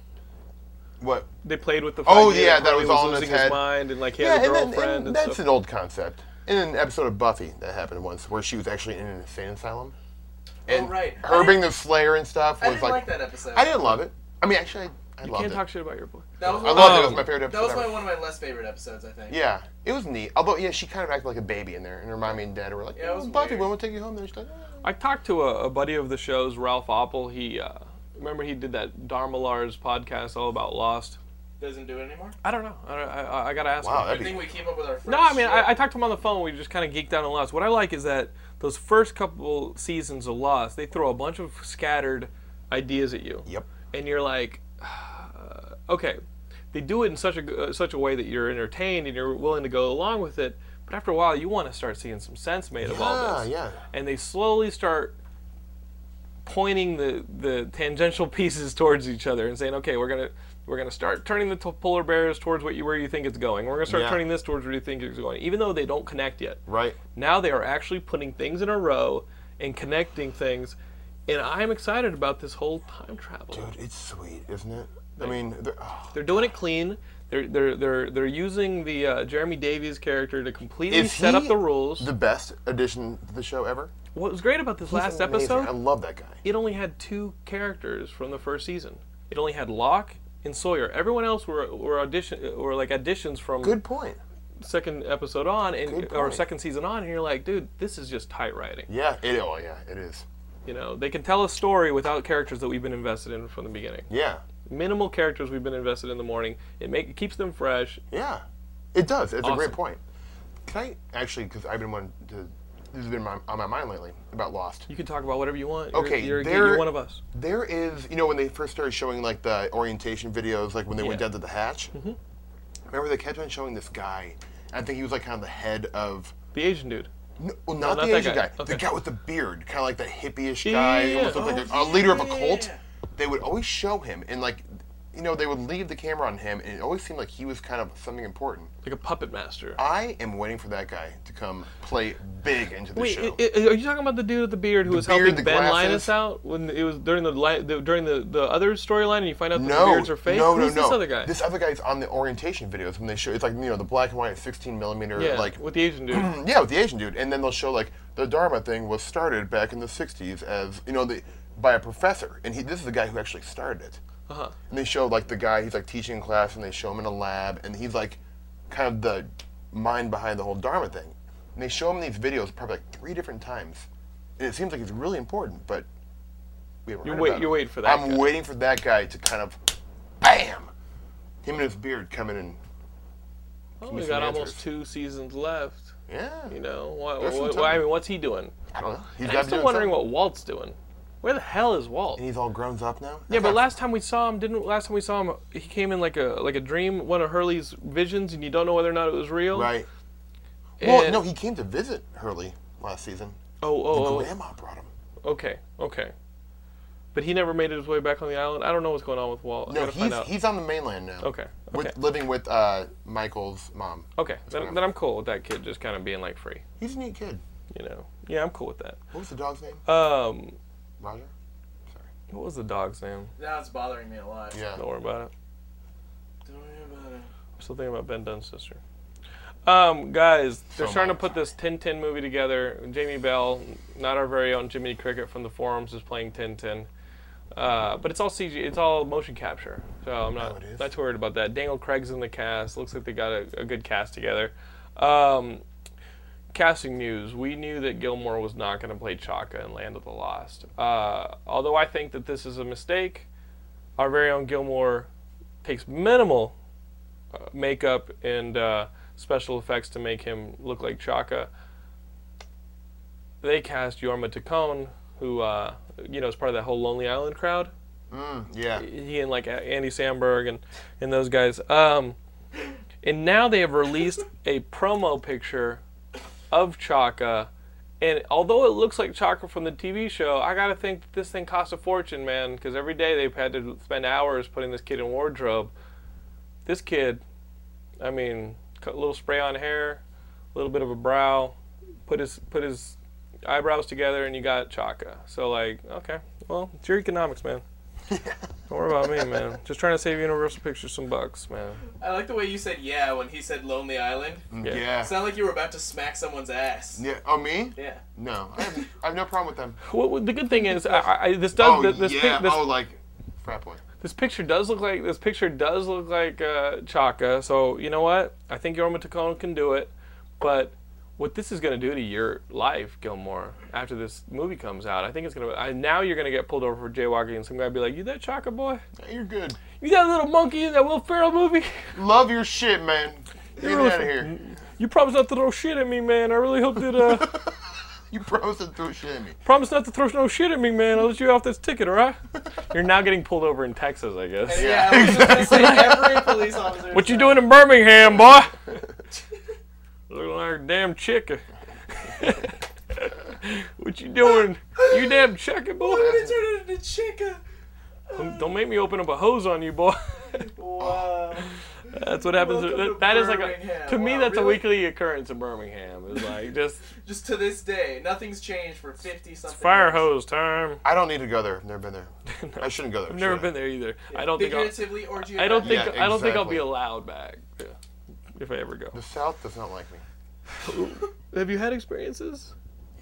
what?
They played with the.
Oh,
idea
yeah, that
Harley
was all in his
losing his
head.
mind and like he
Yeah,
had a
and, then-
girlfriend and,
and that's
stuff.
an old concept. In an episode of Buffy that happened once, where she was actually in an insane asylum, and
oh right. I
her
didn't-
being the Slayer and stuff
I
was
didn't
like,
like, that episode.
I didn't love it. I mean, actually, I, I
you
loved
can't
it.
talk shit about your boy.
That was
I
one
loved it.
Um,
It was my favorite
That
episode.
was
ever.
my, one of my less favorite episodes, I think.
Yeah, it was neat. Although, yeah, she kind of acted like a baby in there, and her mommy and dad were like,
Yeah, it
"Oh,
was
Buffy,
weird.
when we take you home?" And she's like, "Oh."
I talked to a, a buddy of the show's, Ralph Oppel. He uh, remember he did that Darmalar's podcast all about Lost.
Doesn't do it anymore.
I don't know. I, I, I gotta ask.
"Wow,
him.
I
that'd
think
be."
we came up with our first.
No, I mean,
shit.
I, I talked to him on the phone. We just kind of geeked out on Lost. What I like is that those first couple seasons of Lost, they throw a bunch of scattered ideas at you.
Yep.
And you're like, okay, they do it in such a g- uh, such a way that you're entertained and you're willing to go along with it. But after a while, you want to start seeing some sense made of all
Yeah,
this.
yeah.
And they slowly start pointing the the tangential pieces towards each other and saying, okay, we're gonna we're gonna start turning the t- polar bears towards what you, where you think it's going. We're gonna start
Yeah.
turning this towards where you think it's going, even though they don't connect yet.
Right.
Now they are actually putting things in a row and connecting things. And I'm excited about this whole time travel.
Dude, it's sweet, isn't it? I mean, they're- oh,
They're doing it clean. They're they're they're they're using the uh, Jeremy Davies character to completely
Is
set up
he
the rules.
the best addition to the show ever.
what was great about this
He's
last
amazing.
episode?
I love that guy.
it only had two characters from the first season. It only had Locke and Sawyer. Everyone else were were audition were like auditions from
Good point.
second episode on and
good
or
point.
second season on, and you're like, dude, this is just tight writing.
Yeah, it. Oh, yeah, it is.
You know, they can tell a story without characters that we've been invested in from the beginning.
Yeah,
Minimal characters we've been invested in the morning. It make it keeps them fresh.
yeah, it does. It's a
Awesome.
great point. Can I actually? Because I've been wanting to. This has been my, on my mind lately about Lost.
You can talk about whatever you want. You're-
Okay,
you're,
there-
you're one of us.
There is, you know, when they first started showing like the orientation videos, like when they went
Yeah. Mm-hmm.
down to the hatch. Remember, they kept on showing this guy. I think he was like kind of the head of,
The Asian dude.
no, well, not,
not
the
that
Asian
guy.
guy,
Okay.
the guy with the beard, kind of like the hippie-ish
Yeah,
guy,
yeah, yeah.
almost looked like a, a
Oh,
leader of a cult.
yeah.
They would always show him, and like, you know, they would leave the camera on him, and it always seemed like he was kind of something important.
Like a puppet master.
I am waiting for that guy to come play big into the
Wait,
show.
i- i- are you talking about the dude with the beard who was
beard,
helping
the
Ben
glasses?
Linus out when it was during the, li- the during the, the other storyline and you find out that
No,
the beards are fake?
no, no,
Who's
no.
this other guy?
This other guy's on the orientation videos when they show. It's like you know the black and white, sixteen millimeter,
yeah,
like
with the Asian dude.
yeah, with the Asian dude, and then they'll show like the Dharma thing was started back in the '60s as you know the by a professor, and he, this is the guy who actually started it.
Uh-huh.
And they show like the guy he's like teaching class, and they show him in a lab, and he's like kind of the mind behind the whole Dharma thing. And they show him these videos probably like three different times, and it seems like it's really important, but we haven't
You
heard
wait-
about
you
it.
wait for that
I'm
guy.
waiting for that guy to kind of, bam, him and his beard coming in.
Oh,
me
we
some
got
answers.
almost two seasons left.
Yeah,
You know, why,
There's some
why,
time.
why- I mean, what's he doing?
I don't know. He's
I'm
got to
still
do
wondering
wondering
what Walt's doing. Where the hell is Walt?
And he's all grown up now.
Yeah, but last time we saw him, didn't last time we saw him, he came in like a like a dream, one of Hurley's visions, and you don't know whether or not it was real.
right.
And,
Well, no, he came to visit Hurley last season.
oh, oh, oh,
Grandma brought him.
Okay, okay. But he never made his way back on the island. I don't know what's going on with Walt. I
No,
gotta
he's
find out.
he's on the mainland now.
Okay, okay.
With living with uh, Michael's mom.
okay, then,
fine.
then I'm cool with that kid just kind of being like free.
He's a neat kid.
You know. Yeah, I'm cool with that.
What was the dog's name?
Um,
Roger.
what was the dog's name?
Now it's bothering me a lot.
Yeah.
Don't worry about it.
Don't worry about it.
I'm still thinking about Ben Dunn's sister. Um, guys, they're
So
starting to put
much.
this 10-10 movie together. Jamie Bell, not our very own Jiminy Cricket from the forums, is playing 10-10. Uh, but it's all CG. It's all motion capture. So I'm
Oh,
not
it is?
not too worried about that. Daniel Craig's in the cast. Looks like they got a, a good cast together. Um, casting news, we knew that Gilmore was not going to play Chaka in Land of the Lost. Uh, although I think that this is a mistake, our very own Gilmore takes minimal uh, makeup and uh, special effects to make him look like Chaka. They cast Yorma Tacone, who uh, you know is part of that whole Lonely Island crowd.
Yeah.
He and like Andy Samberg and and those guys. Um, and now they have released a promo picture of Chaka. And although it looks like Chaka from the TV show, I gotta think that this thing costs a fortune, man. Because every day they've had to spend hours putting this kid in wardrobe. This kid, I mean, a little spray on hair, a little bit of a brow, put his put his eyebrows together, and you got Chaka. So like, okay, well, it's your economics, man. Don't worry about me, man. Just trying to save Universal Pictures some bucks, man.
I like the way you said yeah when he said Lonely Island.
Yeah.
Yeah. Yeah.
Sound like you were about to smack someone's ass.
Oh, me?
Yeah.
No, I have, I have no problem with them.
Well, well, the good thing is, I, I, this does
Oh,
th- this, pic-
yeah.
this,
oh, like frat boy.
this picture does look like this picture does look like uh, Chaka. So you know what? I think Yorma Tacone can do it. But what this is going to do to your life, Gilmore, after this movie comes out, I think it's going to. I, now you're going to get pulled over for jaywalking, and some guy be like, "You that Chaka boy?
Yeah, you're good.
You that little monkey in that Will Ferrell movie?
Love your shit, man. Get
really
out of here.
You promised not to throw shit at me, man. I really hope that." Uh,
You bros and threw shit at me.
Promise not to throw no shit at me, man. I'll let you off this ticket, all right? You're now getting pulled over in Texas, I guess.
Yeah, I was just gonna say every police officer.
What you doing in Birmingham, boy? Looking like a damn chicken. what you doing? You damn chicken, boy?
It turned into Chica.
Don't don't make me open up a hose on you, boy.
Oh.
Wow.
That's what happens.
Welcome to
That, that is like a
Birmingham.
to me.
Wow,
That's a
really?
weekly occurrence in Birmingham. It's like just
Just to this day, nothing's changed for fifty something.
fire
years.
hose time.
I don't need to go there. I've never been there. I shouldn't go there.
I've never
should I?
been there either. I don't think I'll,
Figuratively
I
or
don't
geographically.
think I don't think I'll
exactly.
be allowed back yeah, if I ever go.
The South does not like me.
Have you had experiences?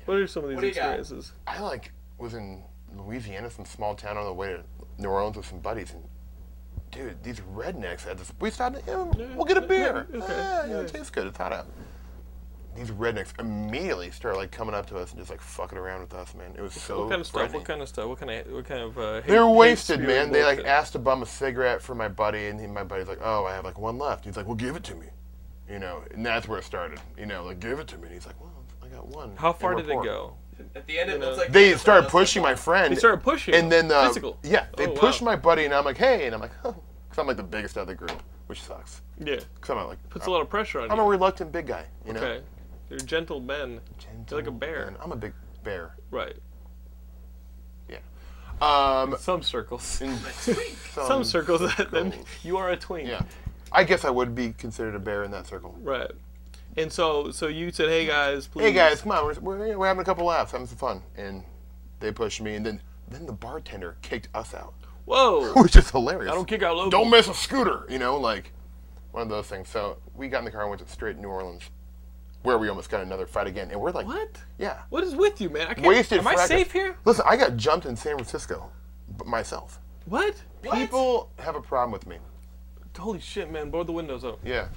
What are some of these
What do you got?
experiences?
I like was in Louisiana, some small town on the way to New Orleans with some buddies, and dude, these rednecks had this. We stopped. Yeah, we'll get a beer.
yeah,
Yeah,
okay,
you know, it tastes good. It's hot out. These rednecks immediately started like coming up to us and just like fucking around with us, man. It was so.
What kind of stuff?
frightening.
What kind of stuff? What kind of what kind of? Uh, hate-
They're
hate
wasted,
spew
man. They like
bullshit?
asked to bum a cigarette for my buddy, and he, my buddy's like, "Oh, I have like one left." He's like, "Well, give it to me," you know, and that's where it started. You know, like, "Give it to me." And he's like, "Well, I got one."
How
And
far
we're
did it
poor.
go?
At the end, it looks like
They started pushing my friend.
They started pushing.
and then uh,
physical.
yeah, they
Oh, wow.
pushed my buddy, and I'm like, "Hey," and I'm like, "Huh," because I'm like the biggest out of the group, which sucks.
Yeah,
Because I'm like,
puts a
I'm,
lot of pressure on
I'm
you.
a reluctant big guy, you know.
okay, they're gentle men,
Gentle
You're like a bear.
man. I'm a big bear.
right?
Yeah. Um,
Some circles,
in
some circles. That, that you are a twink.
Yeah. I guess I would be considered a bear in that circle.
Right. And so, so you said, "Hey guys, please."
hey guys, come on, we're, we're, we're having a couple laughs, having some fun, and they pushed me, and then then the bartender kicked us out,
Whoa!
which is hilarious.
I don't kick out locals.
Don't miss a scooter, you know, like one of those things. So we got in the car and went to straight New Orleans. where we almost got another fight again, and we're like,
What?
Yeah,
What is with you, man? I can't,
wasted.
Am I
frag-
safe here?
Listen, I got jumped in San Francisco, b- myself.
What?
People have a problem with me.
Holy shit, man! Board the windows up.
Yeah,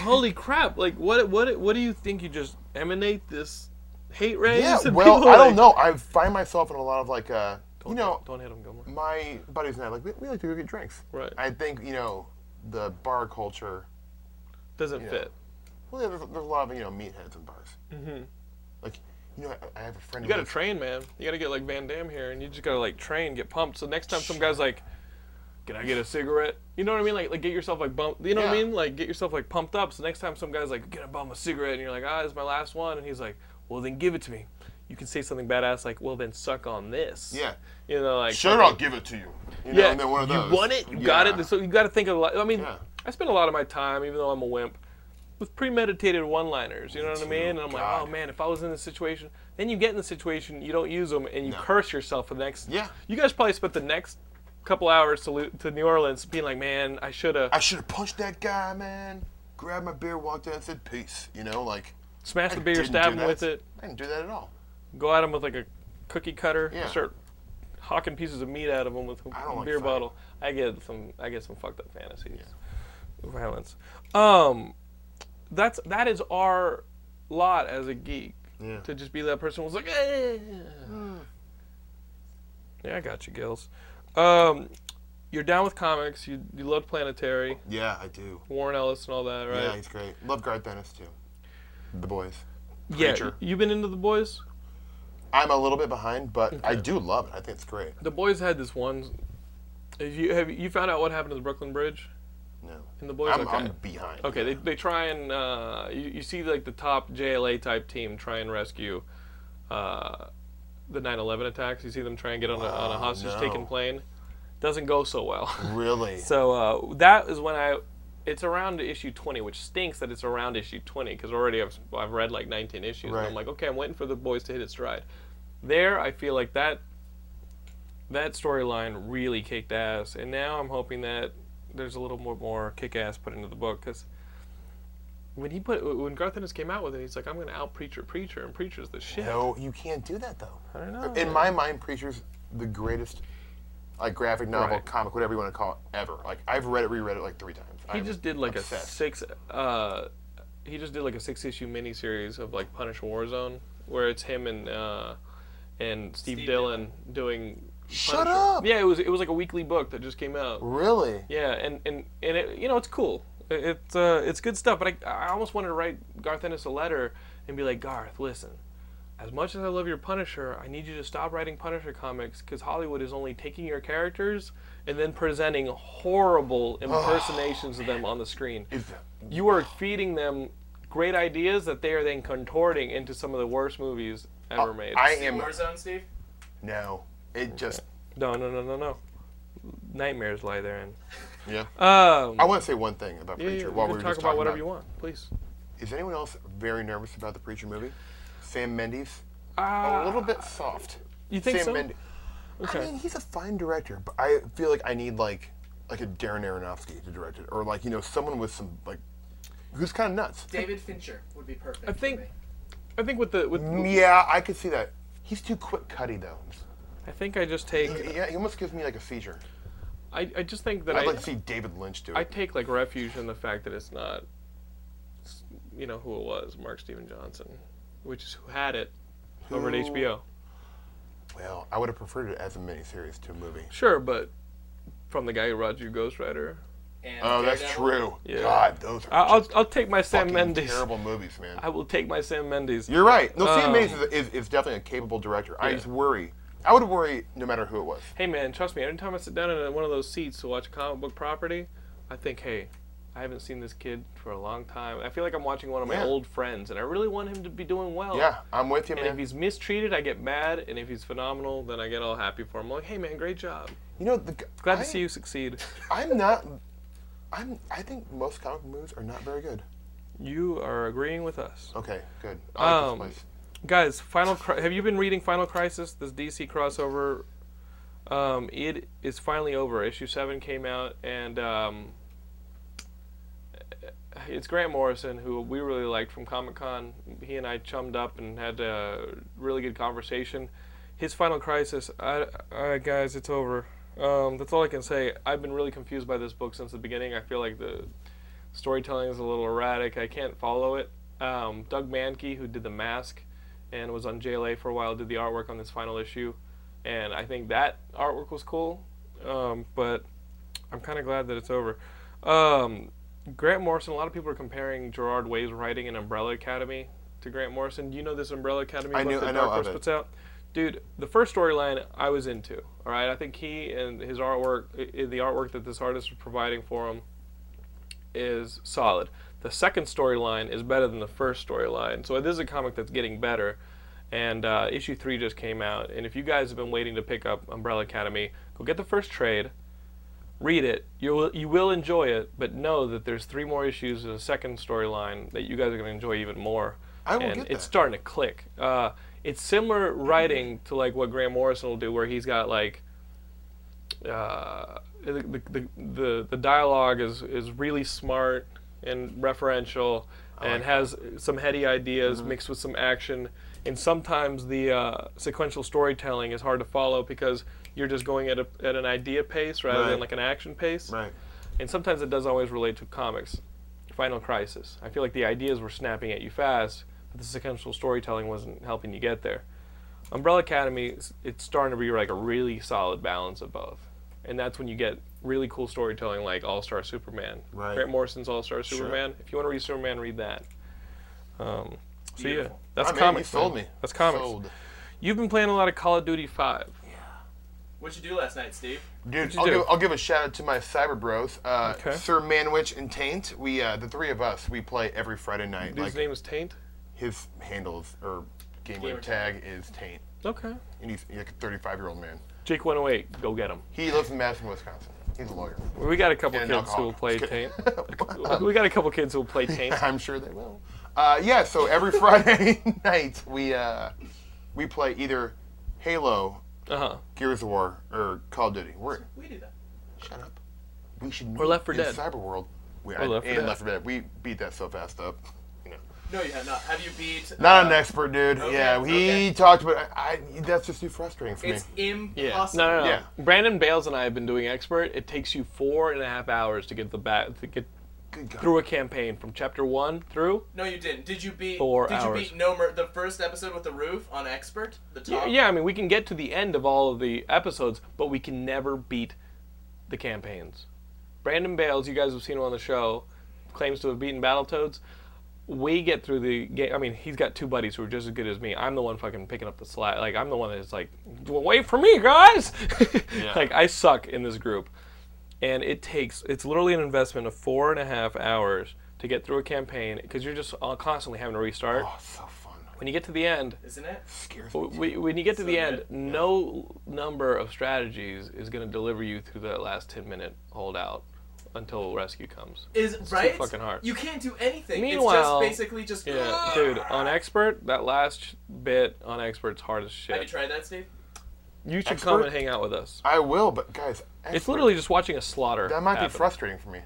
Holy crap! Like, what? What? What do you think? You just emanate this hate rays?
yeah.
and
Well,
people
I don't
like-
know. I find myself in a lot of like, uh, you know,
don't hit him, Gilmore.
my buddies and I like we, we like to go get drinks.
Right.
I think you know the bar culture.
Doesn't fit.
Well, yeah, there's, there's a lot of you know meatheads in bars. Mm-hmm. Like, you know, I, I have a friend.
You gotta train, man. You gotta get like Van Damme here, and you just gotta like train, get pumped. So next time some guy's like, "Can I get a cigarette?" You know what I mean? Like, like get yourself like bumped. You know what I
Yeah.
mean? Like get yourself like pumped up. So next time some guy's like, "Can I bum a cigarette?" and you're like, "Ah, this is my last one," and he's like, "Well, then give it to me." You can say something badass like, "Well, then suck on this."
Yeah.
You know, like
Sure, I'll give it to you. You know,
yeah,
and then one of those.
you want it, you got
Yeah.
it. So you got to think of. a lot- I mean,
Yeah.
I spend a lot of my time, even though I'm a wimp, with premeditated one-liners. You know what I mean? And I'm like,
God.
oh man, if I was in this situation, then you get in the situation, you don't use them, and you curse yourself for the next.
Yeah.
You guys probably spent the next couple hours to Lu- to New Orleans being like, man, I should have
I should have punched that guy, man. Grabbed my beer, walked out, and said peace. You know, like.
smashed the
I
beer,
didn't do
stabbed him
that.
with it,
I didn't do that at all.
go at him with like a cookie cutter, and
Yeah.
start hawking pieces of meat out of him with a
I don't like
beer
fighting.
bottle. I get some. I get some fucked up fantasies. Violence. Um, that's that is our lot as a geek.
Yeah.
To just be that person who's like, "Eh."
Hmm.
yeah, I got you, Gills. Um, you're down with comics. You you love Planetary,
Yeah, I do.
Warren Ellis, and all that,
Yeah,
right?
he's great. Love Garth Dennis too. The boys. Preacher.
you've been into the boys.
I'm a little bit behind, but I do love it. I think it's great.
The boys had this one. Have you have you found out what happened to the Brooklyn Bridge?
No.
And the boys,
I'm,
okay.
I'm behind.
Okay, they, they try and uh, you, you see like the top JLA type team try and rescue uh, the 9/11 attacks. You see them try and get on a, on a
Wow,
hostage taken
no.
plane. Doesn't go so well.
Really?
so uh, that is when I. It's around issue 20, which stinks that it's around issue 20 because already I've I've read like 19 issues. And I'm
Right.
like, okay, I'm waiting for the boys to hit its stride. There, I feel like that that storyline really kicked ass, and now I'm hoping that there's a little more more kick ass put into the book because when he put when Garth Ennis came out with it, he's like, I'm gonna out preacher preacher, and preacher's the shit.
no, you can't do that though.
I don't know.
In my mind, Preacher's the greatest, like graphic novel,
Right.
comic, whatever you want to call it, ever. Like I've read it, reread it like three times.
he
I'm
just did like a
obsessed.
six. Uh, he just did like a six issue miniseries of like Punish Warzone, where it's him and uh, and Steve,
Steve
Dillon doing.
Shut
Punisher.
up!
Yeah, it was it was like a weekly book that just came out.
Really?
Yeah, and and and it, you know it's cool. It- It's uh, it's good stuff. But I, I almost wanted to write Garth Ennis a letter and be like, Garth, listen. As much as I love your Punisher, I need you to stop writing Punisher comics because Hollywood is only taking your characters and then presenting horrible impersonations of them on the screen.
Is-
You are feeding them great ideas that they are then contorting into some of the worst movies ever made.
Uh, I
See
am
Warzone, Steve?
no. It just
no, no, no, no, no. Nightmares lie therein.
yeah.
Um,
I want to say one thing about
yeah, yeah,
Preacher.
we
while
can
we were
talk
just
about
talking
whatever you want, please.
Is anyone else very nervous about the Preacher movie? Sam Mendes.
Uh,
a little bit soft.
you think
Sam
so?
Mendes. I mean, he's a fine director, but I feel like I need like like a Darren Aronofsky to direct it, or like you know someone with some like who's kind of nuts.
David Fincher would be perfect.
I think, I think with the with,
Yeah, I could see that. He's too quick cutty though.
I think I just take,
Yeah, he almost gives me like a seizure.
I, I just think that I,
I'd like to see David Lynch do
I
it.
take like refuge in the fact that it's not, s- you know who it was, Mark Steven Johnson, which is who had it over at
Who-
HBO.
well, I would have preferred it as a miniseries to a movie.
Sure, but from the guy who wrote you Ghost Rider,
And
Oh, that's
Daredevil.
true.
Yeah.
God, those are
I, I'll
just
I'll take my Sam
fucking
Mendes.
terrible movies, man.
I will take my Sam Mendes.
You're right. No, Sam
Um,
Mendes is, is, is definitely a capable director. I
Yeah.
just worry. I would worry no matter who it was.
hey man, trust me. Every time I sit down in one of those seats to watch a comic book property, I think, hey, I haven't seen this kid for a long time. I feel like I'm watching one of my
Yeah.
old friends, and I really want him to be doing well.
Yeah, I'm with you,
Oh. And if
man.
he's mistreated, I get mad, and if he's phenomenal, then I get all happy for him. I'm like, hey man, great job.
You know, the, g-
Glad
I-
to see you succeed.
I'm not. I'm. I think most comic movies are not very good.
You are agreeing with us,
Okay, good. I like
Um,
this place.
guys. Final, Cri- have you been reading Final Crisis? This DC crossover. Um, it is finally over. Issue seven came out, and um, it's Grant Morrison, who we really liked from Comic Con. He and I chummed up and had a really good conversation. His final crisis, I, I guys, it's over. Um, that's all I can say. I've been really confused by this book since the beginning. I feel like the storytelling is a little erratic. I can't follow it. Um, Doug Mankey, who did the mask and was on JLA for a while, did the artwork on this final issue, and I think that artwork was cool. Um, but I'm kind of glad that it's over. Um, Grant Morrison. A lot of people are comparing Gerard Way's writing in Umbrella Academy to Grant Morrison. Do you know this Umbrella Academy
I
book
knew-
that
I know
Dark
of
Horse
it.
puts out? Dude, the first storyline I was into. All right, I think he and his artwork, i- i- the artwork that this artist is providing for him, is solid. The second storyline is better than the first storyline. So this is a comic that's getting better. And uh, issue three just came out. And if you guys have been waiting to pick up Umbrella Academy, go get the first trade, read it. You will, you will enjoy it, but know that there's three more issues in a second storyline that you guys are going to enjoy even more.
I will
and
get
it's
that.
starting to click. Uh, it's similar writing to like what Grant Morrison will do, where he's got like uh, the, the, the, the, the dialogue is, is really smart and referential and has some heady ideas
Mm-hmm.
mixed with some action. And sometimes the uh, sequential storytelling is hard to follow because you're just going at, a, at an idea pace rather than
Right.
like an action pace.
Right.
And sometimes it does always relate to comics. Final Crisis. I feel like the ideas were snapping at you fast, but the sequential storytelling wasn't helping you get there. Umbrella Academy, it's- it's starting to be like a really solid balance of both. And that's when you get really cool storytelling like All Star Superman.
Right.
Grant Morrison's All Star Superman. If you want to read Superman, read that. Um, so yeah,
Beautiful.
that's
Ah, man,
comics.
You sold
man.
me.
That's comics.
Sold.
You've been playing a lot of Call of Duty 5.
What'd you do last night, Steve?
Dude,
you
I'll
do?
give, I'll give a shout out to my cyber bros, uh,
Okay.
Sir Manwich and Taint. We, uh, the three of us, we play every Friday night.
Dude's
like
name is Taint.
his handles or gamer,
Gamer
tag is Taint,
Okay.
and he's like a 35 year old man.
Jake 108, go get him.
He lives in Madison, Wisconsin. He's a lawyer.
We got a couple
And an
kids who will
alcoholic.
play Taint. we got a couple kids who will play Taint.
I'm sure they will. Uh, yeah, so every Friday night we uh, we play either Halo,
Uh
Uh-huh.
huh.
Gears of War, or Call of Duty. We're
We do that.
shut up. We should meet
Or Left 4
in
Dead.
Cyber World. We,
Or Left 4
and
Dead.
Left 4 Dead. We beat that so fast up. You know.
No, you have not. Have you beat?
Not
uh,
an expert, dude.
okay,
yeah, he
okay.
talked about. I, I- that's just too frustrating for
It's
me.
Yeah.
impossible.
No, no, no.
Yeah.
Brandon Bales and I have been doing expert. It takes you four and a half hours to get the bat to get
Good God.
through a campaign from chapter one through.
No, you didn't. Did you beat?
Four
did
hours.
you beat No Mer- the first episode with the roof on expert? The
Yeah,
top.
yeah, I mean we can get to the end of all of the episodes, but we can never beat the campaigns. Brandon Bales, you guys have seen him on the show, claims to have beaten Battletoads. We get through the game. I mean, he's got two buddies who are just as good as me. I'm the one fucking picking up the slack. Like I'm the one that's like, wait for me, guys. like I suck in this group. and it takes it's literally an investment of four and a half hours to get through a campaign because you're just all constantly having to restart.
Oh, so fun.
When you get to the end,
Isn't it?
Scares me.
w- w- when you get to the
So
end,
good.
no number of strategies is going to deliver you through that last ten minute holdout until rescue comes.
Is
too
right.
fucking hard.
You can't do anything.
Meanwhile-
it's just basically just.
Yeah, dude, on expert, that last bit on expert's hard as
Have you
shit.
tried that, Steve?
You should come
Expert?
and hang out with us.
I will, but guys,
It's
expert,
literally just watching a slaughter.
that might be
happen.
frustrating for me.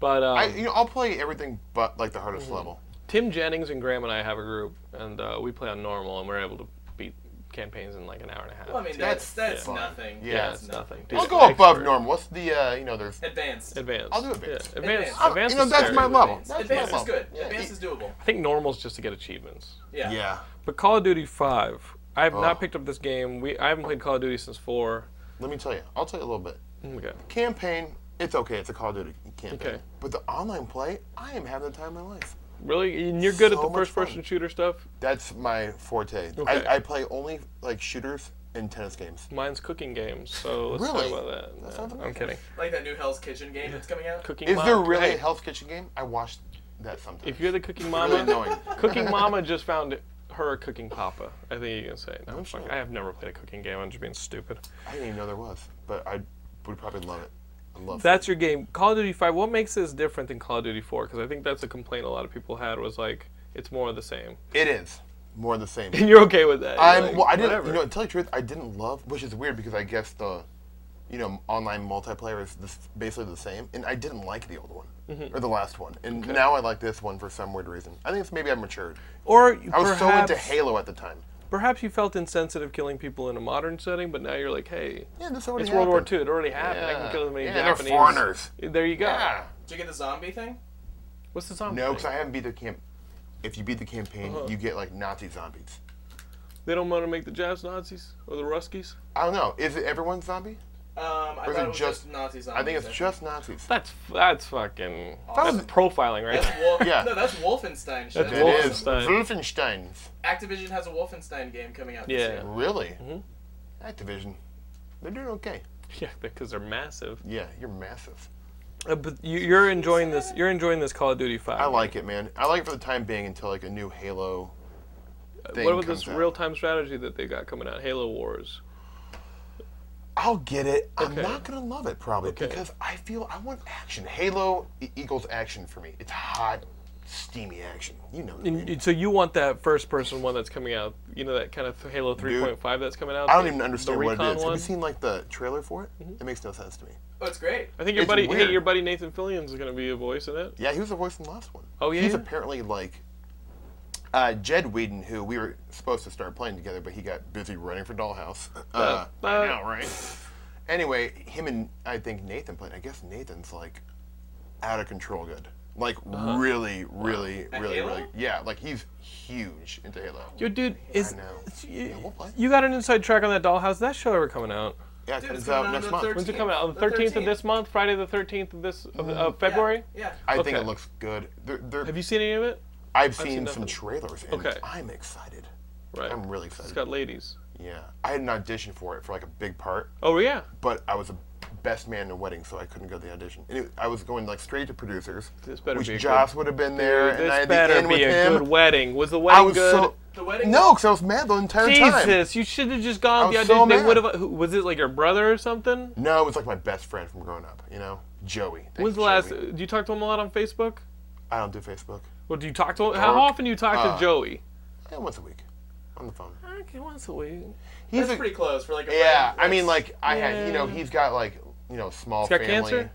But um,
I, you know, I'll play everything but like the hardest
Mm-hmm.
level.
Tim Jennings and Graham and I have a group, and uh, we play on normal, and we're able to beat campaigns in like an hour and a half.
Well, I mean,
That's
that's that's
fun.
nothing.
Yeah,
yeah,
that's
it's nothing.
I'll
Dude,
go above
expert.
normal. What's the uh, you know there's
Advanced.
Advanced.
I'll do advanced.
Yeah, advanced.
Advanced.
advanced
You know,
is
that's
fair.
my level.
Advanced.
That's my
Advanced is
level.
good.
Yeah,
Advanced
e-
is doable.
I think normal's just to get achievements.
Yeah.
yeah.
But Call of Duty 5, I have
Oh.
not picked up this game. We I haven't played Call of Duty since 4.
Let me tell you. I'll tell you a little bit.
Okay.
Campaign, it's okay. It's a Call of Duty campaign.
Okay.
But the online play, I am having the time of my life.
Really? And you're good
So
at the
much
first
fun.
person shooter stuff?
That's my forte.
Okay.
I, I play only like shooters and tennis games.
Mine's cooking games, so let's
Really?
talk about that.
That
No,
sounds
I'm
amazing.
kidding.
Like that new Hell's Kitchen game that's coming out.
Cooking
Is there
Mama-
really
Hey,
a health kitchen game? I watched that sometimes.
if you're the Cooking Mama,
really annoying.
Cooking Mama just found her a cooking papa. I think you can say. No,
I'm
fuck,
sure.
I have never played a cooking game. I'm just being stupid.
I didn't even know there was, but I would probably love it. I love
That's your game. Call of Duty 5. What makes this different than Call of Duty 4? Because I think that's a complaint a lot of people had was like it's more of the same.
it. It is more the same.
And you're okay with that. You're
I'm.
like,
well, I didn't.
whatever.
You know, to tell you the truth, I didn't love, which is weird because I guess the you know, online multiplayer is this, basically the same, and I didn't like the old one
Mm-hmm.
or the last one, and now I like this one for some weird reason. I think it's maybe I've matured.
Or
I was
perhaps,
so into Halo at the time.
Perhaps you felt insensitive killing people in a modern setting, but now you're like, hey,
Oh, Yeah, this already
it's World War
happened.
II. It already happened. I can
Yeah.
kill as many
Yeah, they're
Japanese.
foreigners.
There you go.
Yeah.
Did you get the zombie thing?
What's the zombie?
No,
thing?
because I haven't beat the camp. If you beat the campaign,
Uh-huh.
you get like Nazi zombies.
They don't want to make the Japs Nazis or the Ruskies.
I don't know. Is it everyone zombie?
Um, I
is
thought
it
it was
just-
just, Nazi zombies.
I think it's just Nazis.
That's that's fucking
That
that's
was-
profiling right
That's
there.
Wolf-
Yeah.
No, that's Wolfenstein shit.
That's
It
Wolf-
is
Wolfenstein.
Wolfenstein's.
Activision has a Wolfenstein game coming out this
Yeah.
year.
Really?
Mm-hmm.
Activision. They're doing okay.
Yeah, because they're massive.
Yeah, you're massive.
Uh, but you, you're enjoying this. You're enjoying this Call of Duty Five.
I like it, man. I like it for the time being until like a new Halo. Thing
Uh, What about
comes
this
out.
real-time strategy that they got coming out, Halo Wars?
I'll get it. I'm
Okay.
not gonna love it probably
Okay.
because I feel I want action. Halo e- equals action for me. It's hot, steamy action. You know. what I mean.
And you- so you want that first-person one that's coming out? You know that kind of Halo 3.5 that's coming out.
I don't
the-
even
the
understand what it
recon
is. Have
one? Mm-hmm.
you seen like the trailer for it? It makes no sense to me.
Oh, it's great.
I think your
It's
buddy,
weird.
hey, your buddy Nathan Fillion's going to be a voice in it.
Yeah, he was the voice in the last one.
Oh, yeah,
He's
yeah?
apparently like uh, Jed Whedon, who we were supposed to start playing together, but he got busy running for Dollhouse. Uh,
uh,
I know, right? Anyway, him and I think Nathan played. I guess Nathan's like out of control good. Like
Uh-huh.
really, really,
At
really,
Halo?
really. Yeah, like he's huge into Halo.
Yo, dude, is
I know.
it's- you,
we'll play.
you got an inside track on that Dollhouse? That show ever coming out?
Yeah, it
Dude,
comes
it's coming
out
out
next
on the
month.
13th.
When's it coming out? On the
The
13th of
13th.
this month, Friday the 13th of this
Mm,
of, of February.
Yeah.
I think
Okay.
it looks good. There, there,
Have you seen any of it?
I've seen,
seen
some
nothing.
trailers, and
Okay.
I'm excited.
Right.
I'm really
It's
excited.
got ladies.
Yeah, I had an audition for it for like a big part,
Oh yeah.
but I was a best man in a wedding, so I couldn't go to the audition. And it, I was going like straight to producers,
This better
which
be a
Joss would have been there,
Dude, this
and I had the
better
end with
be a
him.
good wedding. Was the
I
wedding
was
good?
so
The wedding-
no, because I was mad the entire time.
Jesus, you should have just gone.
I
The
was so
audition. they
mad.
would have. Was it like your brother or something?
No, it was like my best friend from growing up. You know, Joey. Thanks,
When's the last?
Joey.
Do you talk to him a lot on Facebook?
I don't do Facebook.
Well, do you talk to him? How
Dark.
often do you talk
Uh,
to Joey?
Yeah, once a week, on the phone.
Okay, once a week.
He's
That's
a-
pretty close for like a
Yeah,
friend.
I mean,
That's-
like I had, you know, he's got like, you know, small
He's got
family.
cancer?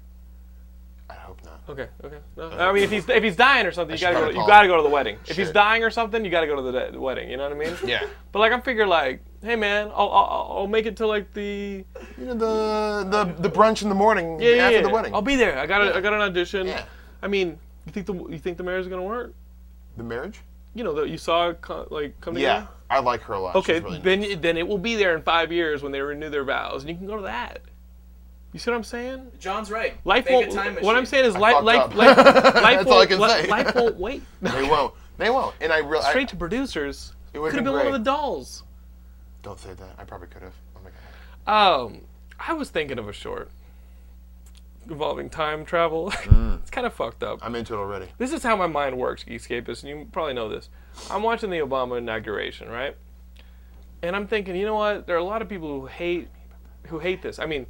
I hope not.
Okay, okay. No, I mean, if he's if he's dying or something, you
Uh, should
gotta go.
probably
You
call
gotta
him.
go to the wedding. If he's
Shit.
dying or something, you gotta go to the de- wedding. You know what I mean?
Yeah.
But like, I'm figuring like, hey man, I'll I'll, I'll make it to like the
You know the the the brunch in the morning
yeah, yeah,
after
yeah.
the wedding.
I'll be there. I got a, I got an audition.
Yeah.
I mean, you think the you think the marriage is gonna work?
the marriage?
You know, that you saw it co- like come
Yeah,
together.
I like her a lot.
Okay,
She's really
then then it will be there in five years when they renew their vows, and you can go to that. You see what I'm saying?
John's right.
Life
Make
won't.
A time
what
machine.
I'm saying is
I
life,
fucked
life,
up.
life, life,
That's all I
won't,
can
li-
say.
life won't wait.
nice. they won't. They won't. And I real
Straight
I,
to producers.
It
Could
would've
have been,
been
one of
great.
the dolls.
don't say that. I probably could have. Oh my god.
Um, I was thinking of a short involving time travel.
Mm.
it's kind of fucked up.
I'm into it already.
this is how my mind works, Geekscapists, and you probably know this. I'm watching the Obama inauguration, right? And I'm thinking, you know what? There are a lot of people who hate who hate this. I mean,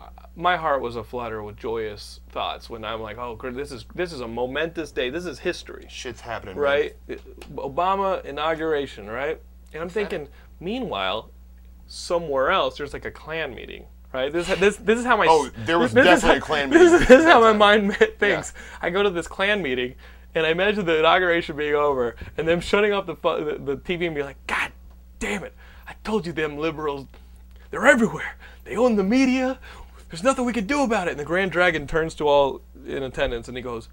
uh, my heart was aflutter with joyous thoughts when I'm like, oh, gr- this is this is a momentous day. This is history,
Shit's happening. man.
right? Obama inauguration, right? And I'm thinking, meanwhile, somewhere else, there's like a Klan meeting, right? This this this is how my
Oh, there was
this, this is
definitely
how-
a Klan
This is,
meeting.
this is how my mind thinks. I go to this Klan meeting, and I imagine the inauguration being over, and them shutting off the fu- the, the TV and being like, God damn it! I told you them liberals, they're everywhere. They own the media. There's nothing we can do about it. And the Grand Dragon turns to all in attendance, and he goes,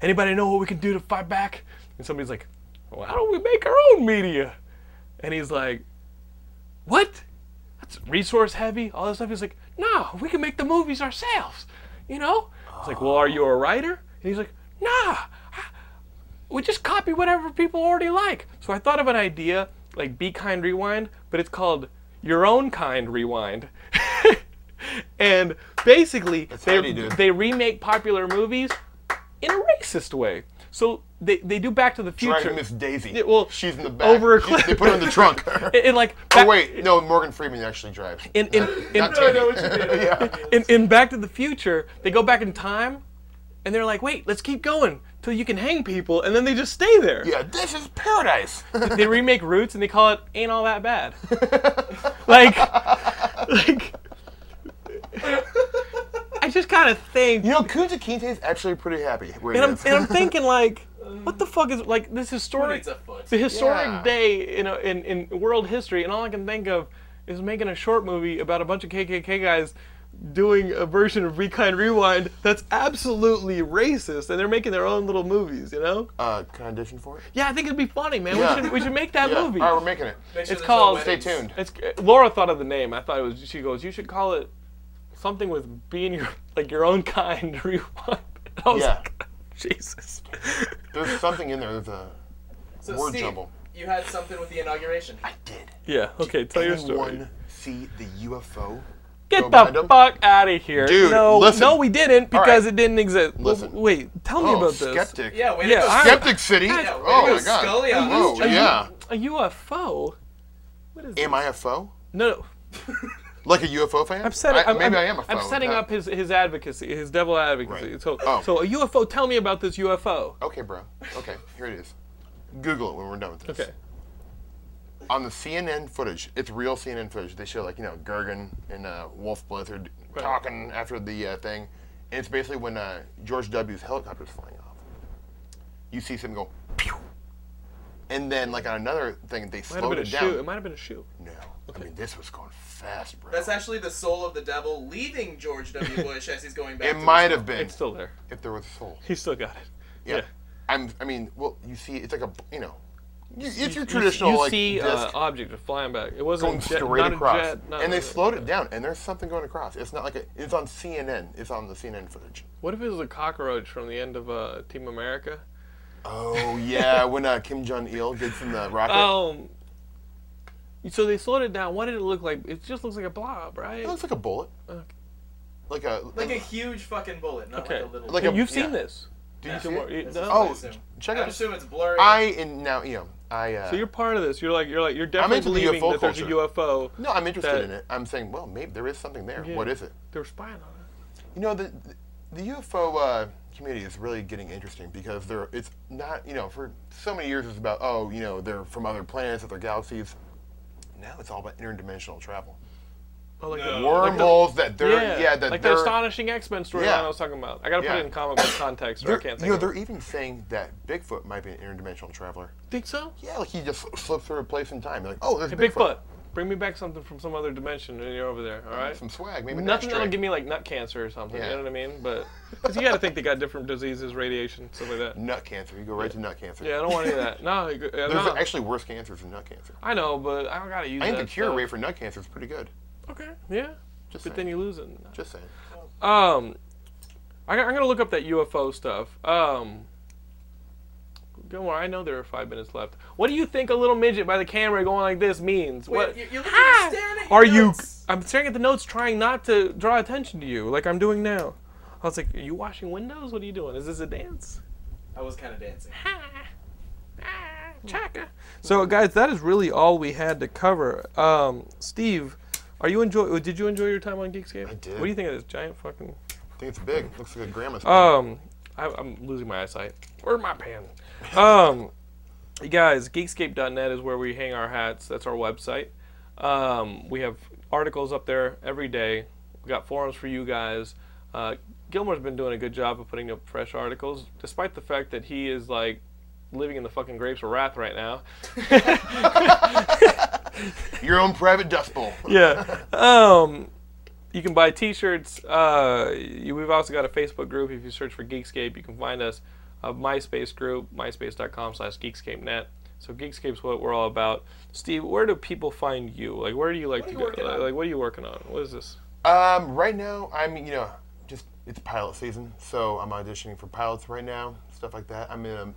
Anybody know what we can do to fight back? And somebody's like, well, How do we make our own media? And he's like, What? That's resource heavy, all this stuff. He's like, No, we can make the movies ourselves. You know? It's like, Well, are you a writer? And he's like, Nah, I- we just copy whatever people already like. So I thought of an idea like Be Kind Rewind, but it's called Your Own Kind Rewind. and basically, they,
howdy, dude.
they remake popular movies in a racist way. So they, they do Back to the Future.
Driving Miss Daisy.
Yeah, well,
she's in the back.
over a
She-
cliff.
They put her in the trunk.
In, in like
oh
Back-
wait, no. Morgan Freeman actually drives.
in in in,
Not Tandy.
in in Back to the Future, they go back in time, and they're like, wait, let's keep going till you can hang people, and then they just stay there.
yeah, this is paradise.
They remake Roots and they call it "Ain't All That Bad." like, like just kind of think.
You know, Kunta Kinte is actually pretty happy. Where he
and I'm,
is.
and I'm thinking like, what the fuck is like this historic
needs a foot?
the historic
Yeah.
day in, a, in in world history, and all I can think of is making a short movie about a bunch of KKK guys doing a version of Rekind Rewind that's absolutely racist, and they're making their own little movies, you know?
uh, can I audition for it?
Yeah, I think it'd be funny, man.
Yeah.
We should we should make that
Yeah.
movie.
All right, we're making it.
Make sure
It's
there's no
called-
Stay
weddings.
tuned.
It's uh, Laura thought of the name. I thought it was. She goes, you should call it something with being your like your own kind. Rewind. I was
Yeah.
like, Jesus.
There's something in there. There's a
So
word
Steve,
jumble.
you had something with the inauguration.
did.
Yeah. Okay. Tell your story.
Anyone see the UFO?
Get
Joe
the
Biden?
fuck out of here.
Dude,
no,
listen.
no, we didn't
All right.
because it didn't exist. Well,
Listen.
wait, tell me
Oh,
about this.
skeptic.
Yeah, way
Yeah,
to go.
I-
Skip.
Skeptic City.
Yeah, way to
oh
go,
my God.
Scully on
Whoa,
this
A U-
joint.
yeah.
A UFO. What is?
Am I a foe?
No, no.
Like a UFO fan?
I'm setting.
I,
am
maybe am a foe.
I'm setting
Yeah.
up his, his advocacy, his devil advocacy.
Right.
So,
Oh.
so a UFO. Tell me about this UFO.
Okay, bro. Okay, here it is. Google it when we're done with this.
Okay.
On the CNN footage, it's real CNN footage. They show like you know Gergen and uh, Wolf Blitzer talking after the uh, thing, and it's basically when uh, George W's helicopter's flying off. You see something go, pew, and then like on another thing they
Might have
slowed
been a
it down.
shoe. It might have been a shoe.
No, I mean this was going fast, bro.
That's actually the soul of the devil leaving George W. Bush as he's going back.
it
to
might have been
It's still there.
if there was a soul.
He's still got it.
Yeah. I'm. I mean, well, you see, it's like a you know, you, it's your traditional
you
like
see
disc.
uh, object just flying back. It wasn't
going
a jet,
straight
not
across,
A jet, not
and they
a-
slowed it down. And there's something going across. It's not like a, it's on CNN. It's on the CNN footage.
What if it was a cockroach from the end of uh, Team America?
Oh yeah, when uh, Kim Jong Il gets in the rocket,
Um. So they slowed it down. What did it look like? It just looks like a blob, right?
it looks like a bullet,
Okay.
like a
Like a huge fucking bullet, not
Okay.
like a little.
Like
Hey,
a-
You've seen
yeah.
this.
Do you
Yeah.
see
Tomorrow-
it?
you-
That's
no?
what I
Oh,
assume.
check
I
it
would
out.
assume it's blurry.
I and now you know I. Uh,
So you're part of this. You're like you're like you're definitely
into the
believing
UFO
that there's a
culture.
UFO.
no, I'm interested
that-
in it. I'm saying, well, maybe there is something there.
Yeah.
What is it?
They're spying on it.
You know, the the UFO uh, community is really getting interesting because they're it's not you know for so many years it's about oh you know they're from other planets, other galaxies. Now it's all about interdimensional travel,
Oh, like
No.
the-
wormholes that they're yeah, that
like
they're
the astonishing X-Men storyline
Yeah.
I was talking about. I gotta put
Yeah.
it in comic book context, or I
they're-
can't think.
you know
of it.
they're even saying that Bigfoot might be an interdimensional traveler.
think so?
Yeah, like he just slipped through a place in time. They're like oh, there's
Hey,
Bigfoot.
Bigfoot, bring me back something from some other dimension when you're over there. All right.
Some swag, maybe an
Nothing that'll
ashtray.
give me like nut cancer or something.
Yeah.
You know what I mean? But because you gotta think they got different diseases, radiation, stuff like that.
nut cancer. You go right to nut cancer.
Yeah, I don't want any of that. No, I- uh,
There's
no.
actually worse cancers than nut cancer.
I know, but I don't gotta use.
I think
that
the cure
stuff.
rate for nut cancer is pretty good.
Okay. Yeah. but
Just saying.
then you lose it.
Just saying.
Um, I, I'm gonna look up that UFO stuff. Um, Gilmore, I know there are five minutes left. What do you think a little midget by the camera going like this means?
Wait,
what?
You, you look, you're staring at your
Are you?
notes.
I'm staring at the notes, trying not to draw attention to you, like I'm doing now. I was like, "Are you washing windows? What are you doing? Is this a dance?"
I was kind of dancing.
Chaka. So, guys, that is really all we had to cover. Um, Steve, are you enjoy? Did you enjoy your time on Geekscape? I
did.
What do you think of this giant fucking?
I think it's big. Looks like a grandma's.
Um, I, I'm losing my eyesight. Where my pen? Um, you guys, Geekscape.net is where we hang our hats. That's our website. Um, we have articles up there every day. We got forums for you guys. Uh, Gilmore's been doing a good job of putting up fresh articles, despite the fact that he is like living in the fucking grapes of wrath right now.
Your own private dust bowl.
yeah. Um, you can buy T-shirts. Uh, you, we've also got a Facebook group. If you search for Geekscape, you can find us. A MySpace group, myspace.com/slash geekscape.net. So Geekscape's what we're all about. Steve, where do people find you? Like, where do you like
What are
to
you
go?
working
Like,
on?
like, what are you working on? What is this?
Um, right now, I'm you know just it's pilot season, so I'm auditioning for pilots right now, stuff like that. I'm in um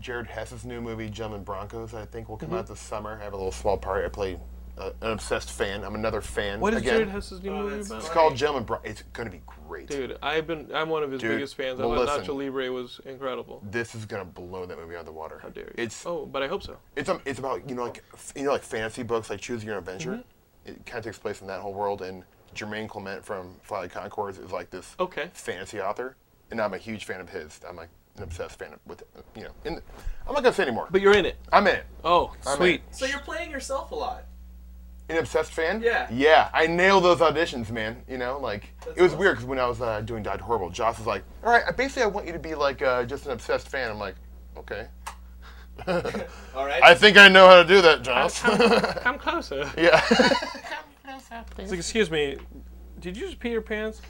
Jared Hess's new movie, Gentlemen Broncos. I think will come
Mm-hmm.
out this summer. I have a little small part. I play uh, an obsessed fan. I'm another fan.
What is
again. Uh,
Jared Hess's new
Oh,
movie
that's
about?
It's
funny.
called Gentlemen Broncos. It's gonna be great.
Dude, I've been. I'm one of his
Dude,
biggest fans.
well,
I thought
listen.
Nacho Libre was incredible.
This is gonna blow that movie out of the water. How
Dude,
It's
oh, but I hope so.
it's um, it's about you know like f- you know like fantasy books like Choose Your Own Adventure.
Mm-hmm.
It kind of takes place in that whole world, and Jermaine Clement from Flight of Concords is like this
Okay.
fantasy author, and I'm a huge fan of his. I'm like an obsessed fan of, with you know. And I'm not gonna say anymore.
But you're in it.
I'm in it.
Oh,
I'm in
sweet.
it.
So you're playing yourself a lot.
An obsessed fan?
Yeah.
Yeah, I nailed those auditions, man. You know, like
That's
it was
awesome.
weird because when I was uh, doing Died Horrible, Joss was like, "All right, I- basically, I want you to be like uh, just an obsessed fan." I'm like, "Okay."
All right.
I think I know how to do that, Joss.
Come closer.
yeah.
It's like, excuse me, did you just pee your pants?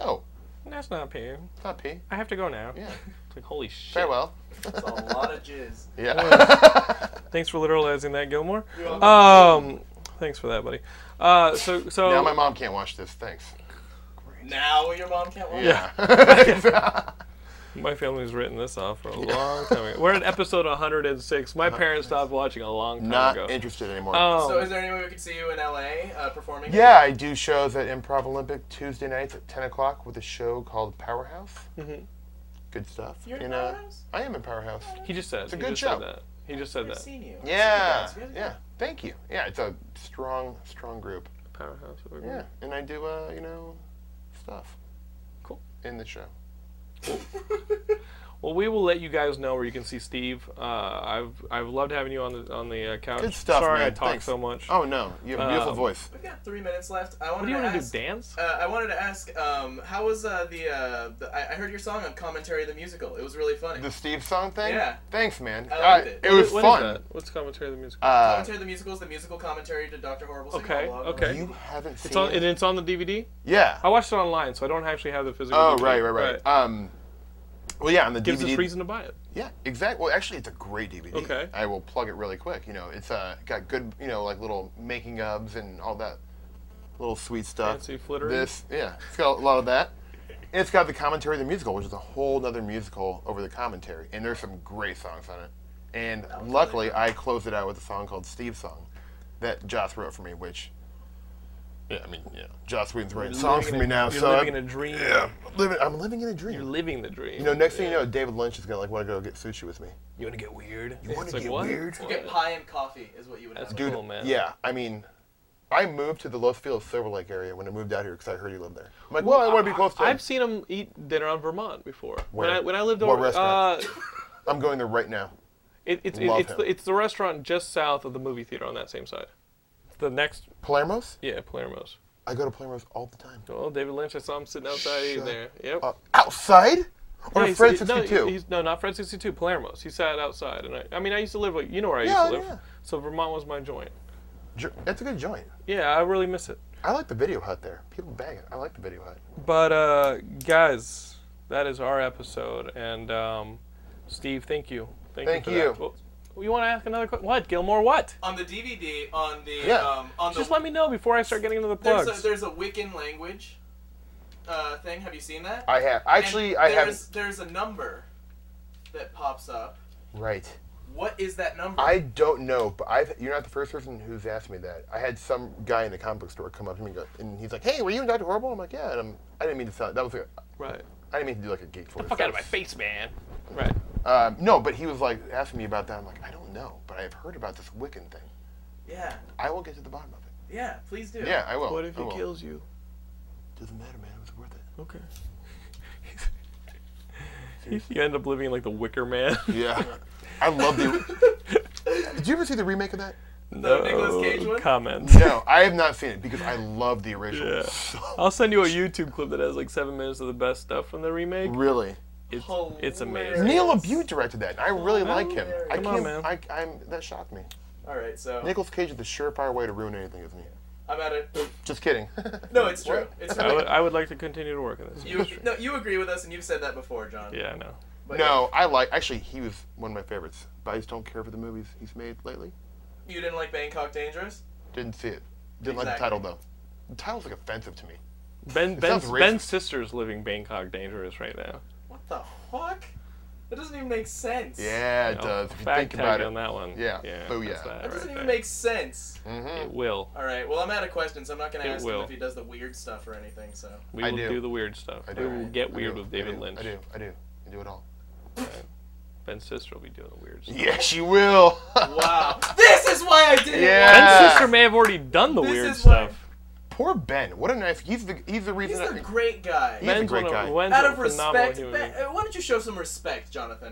no,
That's not peeing.
it's not P.
I have to go now.
Yeah.
It's like, holy shit.
Farewell.
That's a lot of jizz.
Yeah.
Thanks for literalizing that, Gilmore.
You're welcome.
Um, thanks for that, buddy. Uh, so, so
now my mom can't watch this. Thanks.
Now your mom can't watch.
Yeah.
My family's written this off for a long time ago. We're at episode 106. My parents stopped watching a long time
Uh-huh. not
ago.
interested anymore.
Um,
So is there any way we could see you in LA uh, performing?
Yeah, I do shows at Improv Olympic Tuesday nights at 10 o'clock with a show called Powerhouse. Mm-hmm. Good stuff.
You're in
And, uh,
Powerhouse?
I am in Powerhouse.
he just said. It's
a
he
good
just
show.
Said that. He just said
I've
that.
seen you. I've seen you
Yeah,
guys. You guys are
yeah. Thank you. Yeah, it's a strong, strong group.
Powerhouse. or-
Yeah, and I do, uh, you know, stuff.
Cool.
In the show.
Well, we will let you guys know where you can see Steve. Uh, I've I've loved having you on the on the uh, couch.
Good stuff,
Sorry
man.
I talked
Thanks.
so much.
Oh no, you have a beautiful
Um,
voice.
We've got three minutes left. I
what
wanted
do you
to
want to do?
ask.
Dance?
uh, I wanted to ask, um, how was uh, the, uh, the I, I heard your song on commentary of the musical. It was really funny.
The Steve song thing.
Yeah.
Thanks, man.
I liked
Uh,
it.
it was
What is
fun.
that? What's commentary of the music?
Uh,
commentary of the musical is the musical commentary to Doctor Horrible's
Okay,
monologue.
okay.
you haven't seen
it's on.
it.
And it's on the DVD.
Yeah.
I watched it online, so I don't actually have the physical.
Oh
DVD,
right, right, right. Uh,
but
Um, well, yeah, on the
gives
DVD.
us reason to buy it.
Yeah, exactly. Well, actually, it's a great DVD.
Okay.
I will plug it really quick. You know, it's uh, got good, you know, like little making ofs and all that little sweet stuff.
Fancy flittery.
Uh, This, yeah, it's got a lot of that. And it's got the commentary of the musical, which is a whole nother musical over the commentary, and there's some great songs on it. And luckily, I closed it out with a song called Steve's Song that Joss wrote for me, which. Yeah, I mean, yeah. Joss Whedon's writing songs for
Living
me
in a-
now,
You're
so
living
I'm
in a dream.
yeah, living, I'm living in a dream.
You're living the dream.
You know, next thing you know, David Lynch is gonna like want to go get sushi with me.
You want to get weird? You
wanna get weird?
You get pie and coffee is what you would
That's
have.
good. Cool, man.
Yeah, I mean, I moved to the Los Feliz Silver Lake area when I moved out here because I heard you lived there. I'm like, well, I want to be close to.
I've
I've,
seen him eat dinner on Vermont before. When
Where?
I when I lived
What
over,
restaurant?
uh,
I'm going there right now.
it, it's
Love
it's
him.
the, it's the restaurant just south of the movie theater on that same side. The next,
Palermo's?
yeah, Palermo's.
I go to Palermo's all the time.
Well, David Lynch, I saw him sitting outside eating
Shut
there. Yep.
Uh, outside? Or
Yeah, he's-
Fred
he- no,
62?
he- he's- No, not Fred 62. Palermo's. He sat outside, and I, I mean, I used to live like you know where I
Yeah,
used to live.
yeah.
So Vermont was my joint.
Jer- That's a good joint.
Yeah, I really miss it.
I like the video hut there. People bang it. I like the video hut.
But uh, guys, that is our episode, and um, Steve, thank you. Thank,
Thank
you.
you.
For That. Well, you want to ask another question? What, Gilmore? What?
On the DVD, on the
Yeah.
um, on the
Just let me know before I start getting into the
there's
plugs.
a, there's a Wiccan language uh, thing. Have you seen that?
I have actually.
And
I
there's,
have.
There's a number that pops up.
Right.
What is that number?
I don't know, but I've, you're not the first person who's asked me that. I had some guy in the comic book store come up to me and, go, and he's like, "Hey, were you in Doctor Horrible?" I'm like, "Yeah." And I'm, I didn't mean to sound. That was like, a-
right.
I didn't mean to do like a geek voice.
Fuck
That
out of my
was-
face, man. Right.
Um, no, but he was like asking me about that. I'm like, I don't know, but I've heard about this Wiccan thing.
yeah,
I will get to the bottom of it.
yeah. Please do.
Yeah, I will.
What if
I
he
will.
kills you?
Doesn't matter, man. It was worth it.
Okay. you end up living in like the Wicker Man.
Yeah, I love the. Did you ever see the remake of that?
no
Nicolas Cage
Uh,
one?
comment.
No, I have not seen it because I love the original.
Yeah.
So,
I'll send you a YouTube clip that has like seven minutes of the best stuff from the remake.
really,
It's, it's amazing.
Hilarious.
Neil Abute directed that, and I
Oh,
really like him. I
Come
can't.
on, man.
I, I'm that shocked me.
All right. So
Nicolas Cage is the surefire way to ruin anything, isn't he?
I'm at it.
Just kidding.
No, it's true. It's
I
true.
would, I would like to continue to work on this.
You, no, you agree with us, and you've said that before, John.
Yeah, I know.
But
no, I like. Actually, he was one of my favorites, but I just don't care for the movies he's made lately.
You didn't like Bangkok Dangerous?
Didn't see it. Didn't like the
Exactly.
title though. The title's like offensive to me.
Ben
sounds
Ben's,
racist.
Ben's sister's living Bangkok dangerous right now.
What the fuck? That doesn't even make sense.
Yeah, it
No,
does. If you
fact
think
check
about
on
it.
that one.
Yeah, Hmm.
yeah.
booyah.
that's That,
That doesn't
right
even
there.
make sense.
Mm.
It will.
All right. Well, I'm out of questions. I'm not gonna
It
ask
will.
him if he does the weird stuff or anything. So.
We
I
will do.
do.
the weird stuff.
I
We
do.
will get
I
weird
do,
with
I
David
do,
Lynch.
I do. I do. I do it all.
Ben's sister will be doing the weird stuff.
Yes, you will.
Wow. this is why I didn't.
Yeah.
want-
Ben's sister may have already done the
This
weird
is why-
stuff.
Poor Ben. What a nice. He's the. He's the
He's
reason.
a
I-
great guy.
He's a
Ben's
great
one
guy.
of Ben's
out
a
of
phenomenal
respect,
human
Ben-
being.
uh, why don't you show some respect, Jonathan?